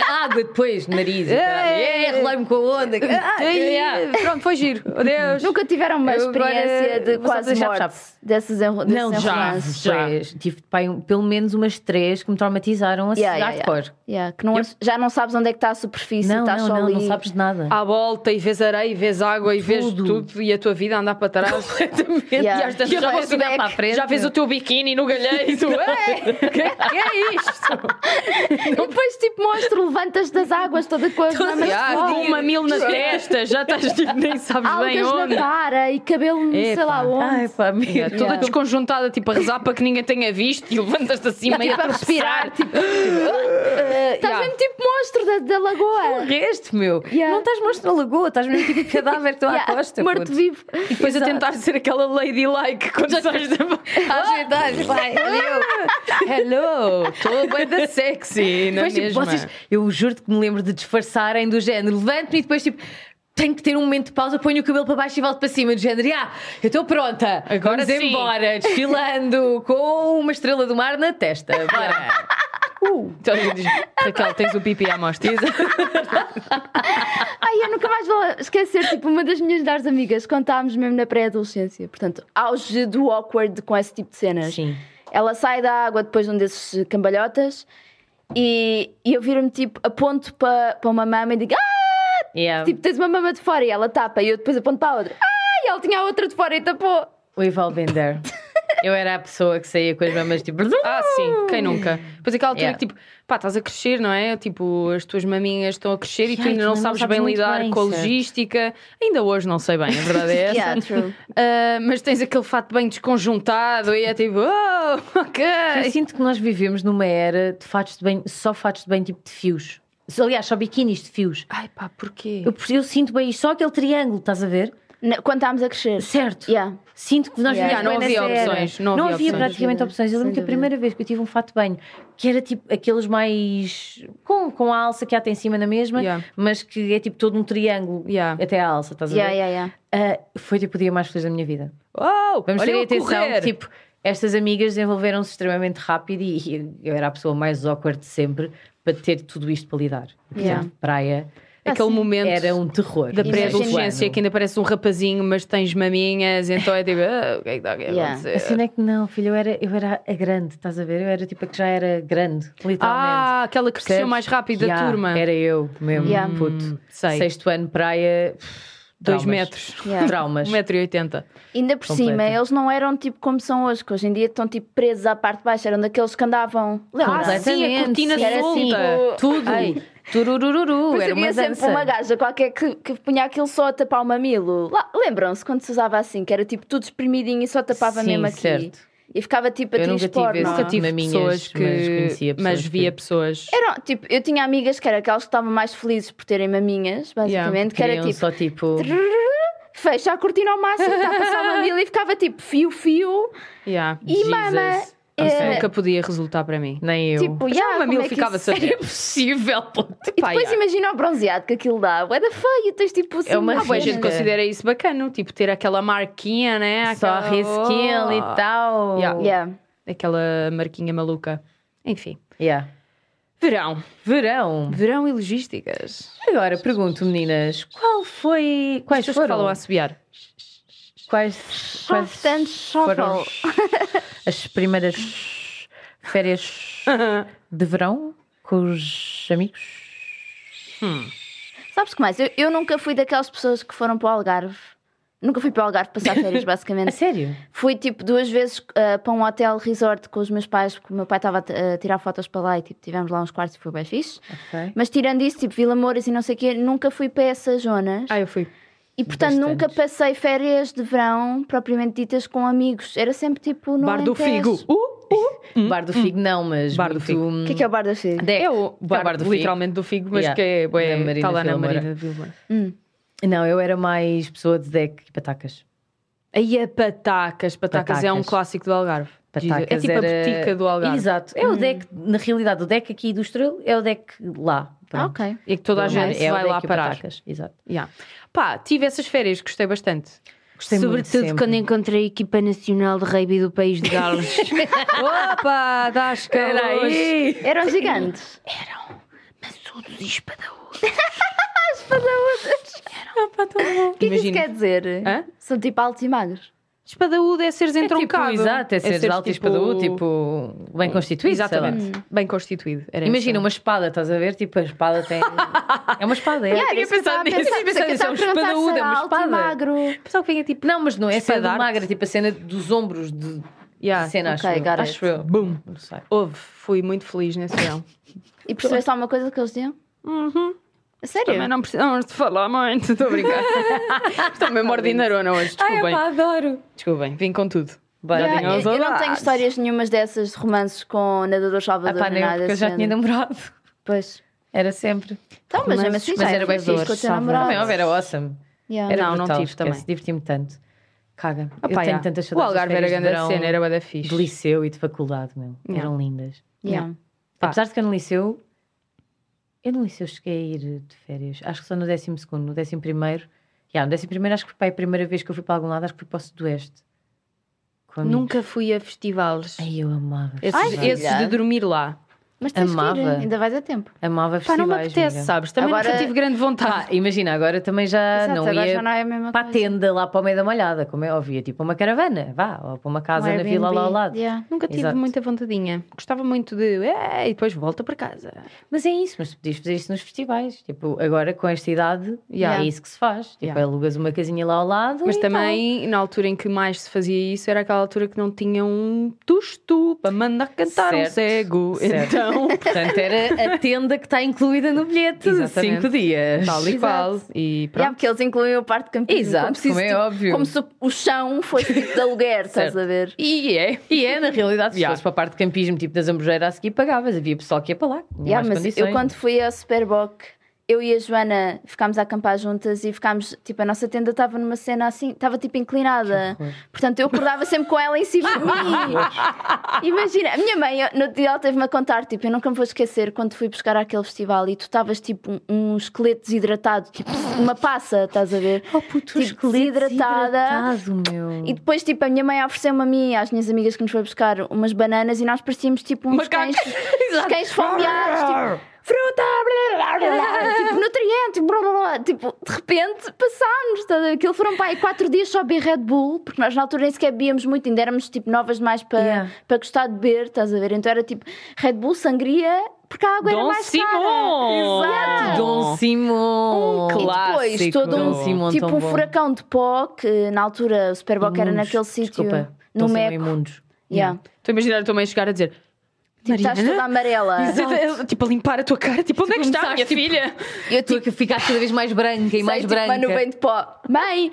Speaker 3: A água depois, nariz. e caralho.
Speaker 1: Ei!
Speaker 3: Eh, Relei-me com a onda. Ah,
Speaker 1: Ei,
Speaker 3: yeah.
Speaker 1: Pronto, foi giro. Adeus.
Speaker 2: Nunca tiveram uma
Speaker 1: Eu agora-
Speaker 2: experiência de
Speaker 3: vou só
Speaker 2: quase
Speaker 3: dizer
Speaker 2: morte
Speaker 3: chap-chap.
Speaker 2: desses enro- desses
Speaker 3: Não, já,
Speaker 2: enrolances?
Speaker 1: já.
Speaker 3: já. Tive pai, um- pelo menos umas três que me traumatizaram a
Speaker 2: Yeah,
Speaker 3: yeah,
Speaker 2: yeah, yeah.
Speaker 3: hardcore.
Speaker 2: Yeah, que não-
Speaker 3: Eu-
Speaker 2: Já não sabes onde é que está a superfície,
Speaker 3: Não,
Speaker 2: estás
Speaker 3: não,
Speaker 2: só
Speaker 3: não,
Speaker 2: ali.
Speaker 3: não sabes de nada.
Speaker 1: à volta e vês areia e vês água e vês
Speaker 3: Tudo.
Speaker 1: tudo e a tua vida a andar para trás.
Speaker 2: Yeah.
Speaker 1: E às tantas
Speaker 2: E eu
Speaker 1: já,
Speaker 2: vou
Speaker 1: vês,
Speaker 2: olhar
Speaker 1: o-
Speaker 2: para
Speaker 3: a frente.
Speaker 1: já vês o teu biquíni no galheiro e tu, "Ei, que, que é isto?
Speaker 2: E depois, tipo, monstro, levantas das águas toda com as mamas
Speaker 1: Já,
Speaker 2: fora,
Speaker 1: com um mamilo na testa, já estás tipo, nem sabes bem
Speaker 2: algas
Speaker 1: onde.
Speaker 2: na cara e cabelo no sei
Speaker 1: Epá.
Speaker 2: lá onde.
Speaker 3: Ai, pá, amiga.
Speaker 1: Yeah, Toda
Speaker 2: Yeah.
Speaker 1: desconjuntada, tipo a rezar para que ninguém tenha visto e levantas-te assim meio
Speaker 2: tipo,
Speaker 1: a
Speaker 2: a respirar,
Speaker 1: respirar. Tipo,
Speaker 2: Estás mesmo tipo monstro da, da lagoa.
Speaker 3: Reste, meu.
Speaker 2: Yeah.
Speaker 3: Não estás monstro na lagoa, estás mesmo tipo cadáver que estou
Speaker 2: Yeah,
Speaker 3: à costa. puto.
Speaker 2: Morto-vivo.
Speaker 1: E depois a tentar ser aquela ladylike quando sais da.
Speaker 3: Às verdades, vai, eu. Hello, estou bem da sexy, não é
Speaker 1: Pois, tipo,
Speaker 3: mesmo?
Speaker 1: vocês-
Speaker 3: eu juro-te que me lembro de disfarçarem do género. Levanto-me e depois, tipo, tenho que ter um momento de pausa, ponho o cabelo para baixo e volto para cima, do género. Ah, eu estou pronta,
Speaker 1: Agora
Speaker 3: vamos
Speaker 1: sim."
Speaker 3: embora, desfilando com uma estrela do mar na testa. Bora. Uh.
Speaker 1: Então ele diz: Raquel, tens o pipi à mostra.
Speaker 2: Ai, eu nunca mais vou esquecer, tipo, uma das minhas melhores amigas contávamos mesmo na pré-adolescência. Portanto, auge do awkward com esse tipo de cenas.
Speaker 3: Sim.
Speaker 2: Ela sai da água depois de um desses cambalhotas e, e eu viro-me, tipo, aponto para para uma mama e digo... "Ah!"
Speaker 3: Yeah.
Speaker 2: Tipo, tens uma mama de fora e ela tapa e eu depois aponto para a outra. Ai, ela tinha a outra de fora e tapou.
Speaker 3: We've all been there. Eu era a pessoa que saía com as mamas tipo.
Speaker 1: Ah, sim, quem nunca? Pois aquela altura
Speaker 3: Yeah.
Speaker 1: que tipo, pá, estás a crescer, não é? Tipo, as tuas maminhas estão a crescer e tu
Speaker 3: Yeah,
Speaker 1: ainda
Speaker 3: tu
Speaker 1: não
Speaker 3: não
Speaker 1: sabes
Speaker 3: sabes
Speaker 1: bem
Speaker 3: muito
Speaker 1: lidar
Speaker 3: bem,
Speaker 1: com a
Speaker 3: certo.
Speaker 1: logística. Ainda hoje não sei bem, a verdade é essa.
Speaker 2: Yeah, true.
Speaker 1: Ah, mas tens aquele fato bem desconjuntado e é tipo, oh, ok.
Speaker 3: Eu sinto que nós vivemos numa era de fatos de bem, só fatos de bem tipo de fios. Aliás, só biquinis de fios.
Speaker 1: Ai pá, porquê?
Speaker 3: Eu, eu sinto bem isto, só aquele triângulo, estás a ver?
Speaker 2: Na- Quando estávamos a crescer.
Speaker 3: Certo.
Speaker 2: Yeah.
Speaker 3: Sinto que nós
Speaker 2: Yeah,
Speaker 3: vivíamos
Speaker 2: não
Speaker 3: bem
Speaker 1: havia
Speaker 3: nessa era.
Speaker 1: opções, não havia opções.
Speaker 3: praticamente
Speaker 2: Sem dúvida,
Speaker 3: opções. Eu lembro que
Speaker 2: sem
Speaker 3: a primeira vez que eu tive um fato de banho, que era tipo aqueles mais. com, com a alça que há até em cima na mesma,
Speaker 1: Yeah.
Speaker 3: mas que é tipo todo um triângulo
Speaker 1: Yeah.
Speaker 3: até a alça, estás a
Speaker 2: Yeah,
Speaker 3: ver?
Speaker 2: yeah, yeah.
Speaker 3: Ah, foi tipo o dia mais feliz da minha vida.
Speaker 1: Oh,
Speaker 3: Vamos
Speaker 1: olha
Speaker 3: ter
Speaker 1: eu a
Speaker 3: atenção
Speaker 1: correr.
Speaker 3: que, tipo, estas amigas desenvolveram-se extremamente rápido e eu era a pessoa mais awkward de sempre para ter tudo isto para lidar. E, Portanto,
Speaker 2: Yeah.
Speaker 3: praia
Speaker 1: aquele momento
Speaker 3: Ah, era um terror.
Speaker 1: da
Speaker 3: Isso é
Speaker 1: pré-adolescência
Speaker 3: plano.
Speaker 1: que ainda parece um rapazinho, mas tens maminhas, então é tipo, ah, o que é que está aqui a
Speaker 2: Yeah.
Speaker 1: acontecer?
Speaker 3: A cena é que não, filho, eu era, eu era a grande, estás a ver? Eu era tipo a que já era grande, literalmente.
Speaker 1: Ah, aquela que cresceu
Speaker 3: Percebes?
Speaker 1: mais rápido da
Speaker 3: Yeah,
Speaker 1: turma. Hum,
Speaker 3: Era eu mesmo,
Speaker 2: Yeah.
Speaker 3: puto.
Speaker 1: Sei.
Speaker 3: Hum, Sexto ano, praia.
Speaker 1: Dois
Speaker 3: traumas. Um
Speaker 1: metros.
Speaker 2: Yeah.
Speaker 3: Traumas.
Speaker 1: 1,80m.
Speaker 2: Ainda por
Speaker 3: Completa.
Speaker 2: cima, eles não eram tipo como são hoje, que hoje em dia estão tipo presos à parte de baixo, eram daqueles que andavam.
Speaker 1: Ah,
Speaker 3: Completamente.
Speaker 1: sim, a cortina
Speaker 3: Era assim,
Speaker 1: solta.
Speaker 3: Tudo.
Speaker 1: tipo, Ai.
Speaker 3: Tururururu.
Speaker 2: Depois
Speaker 3: Era uma
Speaker 2: havia tipo, sempre
Speaker 3: dança.
Speaker 2: uma gaja qualquer que, que punha aquilo só a tapar o mamilo. Lá- Lembram-se quando se usava assim, que era tipo tudo espremidinho e só tapava
Speaker 3: Sim,
Speaker 2: mesmo aqui.
Speaker 3: certo.
Speaker 2: E ficava tipo
Speaker 3: Eu
Speaker 2: atriz
Speaker 3: nunca tive
Speaker 2: porno.
Speaker 3: esse
Speaker 1: Nunca tive
Speaker 3: Maminhas,
Speaker 1: pessoas que.
Speaker 3: mas conhecia pessoas
Speaker 1: mas via
Speaker 3: que-
Speaker 1: pessoas.
Speaker 2: Eram, tipo, eu tinha amigas que eram aquelas que estavam mais felizes por terem maminhas, basicamente, que era
Speaker 3: Queriam
Speaker 2: tipo.
Speaker 3: só tipo.
Speaker 2: Fecha a cortina ao máximo, está a passar o mamilo e ficava tipo fio-fio.
Speaker 1: Yeah.
Speaker 2: E
Speaker 3: Jesus.
Speaker 2: mama.
Speaker 3: Ou
Speaker 2: é,
Speaker 1: Isso nunca podia resultar para mim.
Speaker 3: Nem eu.
Speaker 2: Tipo,
Speaker 1: Mas
Speaker 2: yeah,
Speaker 1: o mamilo
Speaker 2: como é que
Speaker 1: ficava
Speaker 2: isso-
Speaker 1: se
Speaker 3: Era impossível, puto.
Speaker 2: E depois imagina o bronzeado que aquilo dá. Ué, da feio, tens tipo assim.
Speaker 3: É uma
Speaker 1: Ah,
Speaker 2: umas
Speaker 1: boa, a
Speaker 3: Sim.
Speaker 1: gente
Speaker 2: cenas.
Speaker 1: considera isso bacana, tipo ter aquela marquinha, né?
Speaker 3: Só
Speaker 1: Aquela...
Speaker 3: reskin e tal.
Speaker 1: Yeah.
Speaker 2: Yeah.
Speaker 1: Aquela marquinha maluca. Enfim.
Speaker 3: Yeah.
Speaker 1: Verão.
Speaker 3: Verão.
Speaker 1: Verão e logísticas.
Speaker 3: Agora pergunto, meninas, qual foi. Quais
Speaker 1: As pessoas que
Speaker 3: foram?
Speaker 1: falam a assobiar.
Speaker 3: Quais, quais
Speaker 2: Soft and
Speaker 3: foram
Speaker 2: shuffle.
Speaker 3: as primeiras férias de verão com os amigos?
Speaker 2: Sabes que mais? Eu, eu nunca fui daquelas pessoas que foram para o Algarve. Nunca fui para o Algarve passar férias,
Speaker 3: A
Speaker 2: basicamente.
Speaker 3: sério?
Speaker 2: Fui tipo duas vezes ah, para um hotel resort com os meus pais, porque o meu pai estava a t- a tirar fotos para lá e tipo, tivemos lá uns quartos e foi bem fixe.
Speaker 3: Ok.
Speaker 2: Mas tirando isso, tipo Vila Mouras e não sei o quê, nunca fui para essas zonas.
Speaker 1: Ah, eu fui.
Speaker 2: e portanto
Speaker 3: bastantes.
Speaker 2: nunca passei férias de verão propriamente ditas com amigos. Era sempre tipo no
Speaker 1: Bar do
Speaker 2: Alentejo.
Speaker 1: Figo. Uh, uh.
Speaker 3: Hum? Bar do Figo não, mas
Speaker 1: Bar do
Speaker 3: muito- Hum.
Speaker 1: Figo.
Speaker 2: O que é que é o Bar do Figo?
Speaker 1: É o
Speaker 3: o
Speaker 1: bar,
Speaker 3: Bar do Figo.
Speaker 1: literalmente do Figo, mas
Speaker 3: Yeah.
Speaker 1: que é, bué-
Speaker 3: Da Marina
Speaker 1: está lá na
Speaker 3: Vila Moura.
Speaker 1: Marina de Vilma.
Speaker 3: Não, eu era mais pessoa de deck e patacas.
Speaker 1: Aí é Patacas. Patacas. é um
Speaker 3: Patacas.
Speaker 1: clássico do Algarve.
Speaker 3: Patacas
Speaker 1: é tipo
Speaker 3: era-
Speaker 1: a botica do Algarve.
Speaker 3: Exato. É o deck, na realidade, o deck aqui do Estrelo é o deck lá.
Speaker 2: Ah,
Speaker 3: Pronto.
Speaker 2: ok.
Speaker 1: E que toda a
Speaker 3: Pelo menos
Speaker 1: gente
Speaker 3: é o
Speaker 1: vai lá
Speaker 3: deck e o
Speaker 1: parar.
Speaker 3: Patacas. Exato.
Speaker 1: Yeah. Pá, tive essas férias, gostei bastante.
Speaker 3: Gostei muito
Speaker 4: Sobretudo
Speaker 3: sempre.
Speaker 4: quando encontrei a equipa nacional de rugby do país de Gales.
Speaker 1: Opa, das caras!
Speaker 3: É tipo,
Speaker 2: Eram gigantes.
Speaker 4: Maçudos e espadaúdos.
Speaker 2: O que é que isso quer dizer?
Speaker 1: Hã?
Speaker 2: São tipo altos e magros.
Speaker 1: Espadaúdo é seres
Speaker 3: É tipo,
Speaker 1: entroncado.
Speaker 3: exato, é seres alto e
Speaker 1: tipo-
Speaker 3: espadaú, tipo, bem constituído, sei lá.
Speaker 1: Exatamente. Hum. Bem constituído. Era
Speaker 3: Imagina
Speaker 1: isso.
Speaker 3: uma espada, estás a ver? Tipo, a espada tem. é uma espada, é.
Speaker 1: Yeah. Eu tinha
Speaker 2: Era isso que
Speaker 1: pensado
Speaker 2: eu estava a
Speaker 1: nisso,
Speaker 2: pensar,
Speaker 1: eu tinha
Speaker 2: por isso é que eu
Speaker 1: pensado
Speaker 2: estava a
Speaker 1: nisso, é um
Speaker 2: perguntar se
Speaker 3: espadaúda,
Speaker 2: era
Speaker 3: uma
Speaker 2: alto e
Speaker 3: espada.
Speaker 2: magro.
Speaker 1: Pessoal que vinha tipo.
Speaker 3: Não, mas não é cena do
Speaker 1: Espadarte.
Speaker 3: magra, tipo a cena dos ombros de
Speaker 1: Yeah.
Speaker 3: cena,
Speaker 2: Ok,
Speaker 3: acho
Speaker 2: got
Speaker 3: eu.
Speaker 2: it.
Speaker 3: Acho eu.
Speaker 1: Boom.
Speaker 3: Não sei.
Speaker 1: Houve, fui muito feliz nesse verão.
Speaker 2: E percebeste alguma coisa que eles diziam?
Speaker 1: Uhum.
Speaker 2: A Sério?
Speaker 1: Também não precisamos de falar muito, estou a brincar. Estou é
Speaker 3: Tá
Speaker 1: mesmo ordinarona hoje, desculpem.
Speaker 3: adoro.
Speaker 1: Desculpem, vim com tudo.
Speaker 3: Bora.
Speaker 1: Já
Speaker 2: Yeah,
Speaker 1: tinha os
Speaker 2: eu, eu não
Speaker 1: olhares.
Speaker 2: tenho histórias nenhumas dessas de romances com nadadores
Speaker 3: Ah,
Speaker 2: salvadores
Speaker 3: pá,
Speaker 2: nem
Speaker 3: nem eu,
Speaker 2: nada
Speaker 3: porque eu já
Speaker 2: assim.
Speaker 3: tinha namorado.
Speaker 2: Pois.
Speaker 3: Era sempre.
Speaker 2: Então, mas mesmo
Speaker 1: Romances,
Speaker 2: assim,
Speaker 3: Mas
Speaker 2: já é
Speaker 3: era bem
Speaker 2: fixe
Speaker 3: fixe.
Speaker 2: com o teu
Speaker 1: Salvador.
Speaker 2: namorado.
Speaker 3: Também, houve, era awesome.
Speaker 2: Yeah.
Speaker 3: Era
Speaker 1: Não, não
Speaker 3: brutal,
Speaker 1: tive também.
Speaker 3: esquece, Diverti-me tanto. Caga.
Speaker 1: Opa,
Speaker 3: eu tenho
Speaker 1: yeah.
Speaker 3: tantas saudades.
Speaker 1: Ah, O Algarve
Speaker 3: das
Speaker 1: era
Speaker 3: férias de
Speaker 1: grande
Speaker 3: verão,
Speaker 1: cena, era bué da fixe.
Speaker 3: De liceu e de faculdade, meu.
Speaker 1: Yeah.
Speaker 3: Eram lindas.
Speaker 2: Yeah.
Speaker 1: Pá.
Speaker 3: Apesar de que eu no liceu. Eu no liceu cheguei a ir de férias. Acho que só no décimo segundo, no décimo primeiro. Yeah, no décimo primeiro acho que foi pá, a primeira vez que eu fui para algum lado, acho que foi para o Sudoeste. Com amigos.
Speaker 4: Nunca fui a festivais.
Speaker 3: Ai, eu amava.
Speaker 1: Esses,
Speaker 2: Ai,
Speaker 3: festivais.
Speaker 1: esses de
Speaker 2: filha.
Speaker 1: dormir lá.
Speaker 2: Mas tens que ir,
Speaker 3: Amava.
Speaker 2: ainda vais a tempo.
Speaker 1: Pá,
Speaker 3: Amava festivais.
Speaker 1: não me apetece,
Speaker 3: amiga.
Speaker 1: sabes? Também
Speaker 2: Agora-
Speaker 1: nunca tive grande
Speaker 3: Pá,
Speaker 1: vontade.
Speaker 3: imagina, agora também já
Speaker 2: Exato,
Speaker 3: Ah, não
Speaker 2: agora
Speaker 3: ia
Speaker 2: já não é a mesma
Speaker 3: para a
Speaker 2: coisa.
Speaker 3: tenda lá para o meio da malhada, como é óbvio. Tipo uma caravana, vá, ou para uma casa
Speaker 2: Um
Speaker 3: na vila lá ao
Speaker 2: Airbnb.
Speaker 3: lado.
Speaker 2: Yeah.
Speaker 1: Nunca tive
Speaker 3: Exato.
Speaker 1: muita vontadinha. Gostava muito de. "É", E depois volta para casa.
Speaker 3: Mas é isso, mas tu podias fazer isso nos festivais. Tipo, agora com esta idade,
Speaker 1: Yeah.
Speaker 3: é isso que se faz. Tipo,
Speaker 1: Yeah.
Speaker 3: alugas uma casinha lá ao lado.
Speaker 1: Mas
Speaker 3: e
Speaker 1: também, na altura em que mais se fazia isso, era aquela altura que não tinha um tusto para mandar cantar um
Speaker 3: Certo,
Speaker 1: cego.
Speaker 3: certo.
Speaker 1: Então,
Speaker 3: tal. Portanto, era a tenda que está incluída no bilhete.
Speaker 1: Exatamente.
Speaker 3: Cinco dias.
Speaker 1: tal e qual. E pronto.
Speaker 2: Yeah, porque eles incluem a parte de campismo.
Speaker 3: Exato,
Speaker 2: como se isso,
Speaker 3: como é
Speaker 2: tipo,
Speaker 3: óbvio.
Speaker 2: Como se o chão fosse tipo de aluguer, estás
Speaker 3: Certo.
Speaker 2: a ver?
Speaker 1: E é.
Speaker 3: E é, na realidade, se
Speaker 1: Yeah.
Speaker 3: fosse para a parte de campismo, tipo das Zambujeira, a seguir pagavas. Havia pessoal que ia para lá. tinha
Speaker 2: Yeah,
Speaker 3: mais
Speaker 2: mas
Speaker 3: condições.
Speaker 2: eu quando fui ao Superboc, eu e a Joana ficámos a acampar juntas e ficámos, tipo, a nossa tenda estava numa cena assim, estava tipo inclinada.
Speaker 3: horror.
Speaker 2: Portanto, eu acordava sempre com ela em cima de mim. Imagina, a minha mãe, eu- no dia ela teve-me a contar, tipo, eu nunca me vou esquecer quando fui buscar àquele festival e tu estavas tipo um, um esqueleto desidratado, tipo uma passa, estás a ver?
Speaker 3: Oh, puto,
Speaker 2: Tipo,
Speaker 3: esqueleto
Speaker 2: desidratada.
Speaker 3: desidratado, meu.
Speaker 2: E depois, tipo, a minha mãe ofereceu-me a mim e às minhas amigas que nos foi buscar umas bananas e nós parecíamos, tipo, uns
Speaker 1: Macacos.
Speaker 2: cães, uns cães fomeados, tipo, fruta, blá, blá, blá, blá, tipo, nutrientes, blá, blá, blá. Tipo, de repente, passámos. estás a ver? Aquilo foram, pá, aí quatro dias só a beber Red Bull, porque nós na altura nem sequer bebíamos muito, ainda éramos, tipo, novas demais para
Speaker 3: Yeah.
Speaker 2: para gostar de beber, estás a ver? Então era, tipo, Red Bull, sangria, porque a água era
Speaker 1: Dom
Speaker 2: mais
Speaker 1: Simão!
Speaker 2: cara. Exato!
Speaker 3: Dom
Speaker 1: Um
Speaker 3: Simon!
Speaker 1: clássico.
Speaker 2: E depois todo
Speaker 1: Dom
Speaker 2: um,
Speaker 3: Simon,
Speaker 2: tipo
Speaker 3: tão
Speaker 2: um
Speaker 3: bom.
Speaker 2: furacão de pó que na altura o Superboc era
Speaker 3: Imundos.
Speaker 2: naquele sítio
Speaker 3: Desculpa,
Speaker 2: no
Speaker 3: Dom Simão
Speaker 2: Meco.
Speaker 3: Imundos.
Speaker 2: Yeah.
Speaker 1: Estou a imaginar a tua mãe chegar a dizer.
Speaker 2: Tipo, estás toda amarela.
Speaker 1: Exato. Tipo, a limpar a tua cara. Tipo, onde é que está a minha
Speaker 3: começaste,
Speaker 1: filha?
Speaker 3: Eu tive que ficar cada vez mais branca e mais
Speaker 2: Sei,
Speaker 3: branca.
Speaker 2: Tipo, uma nuvem de pó. Mãe!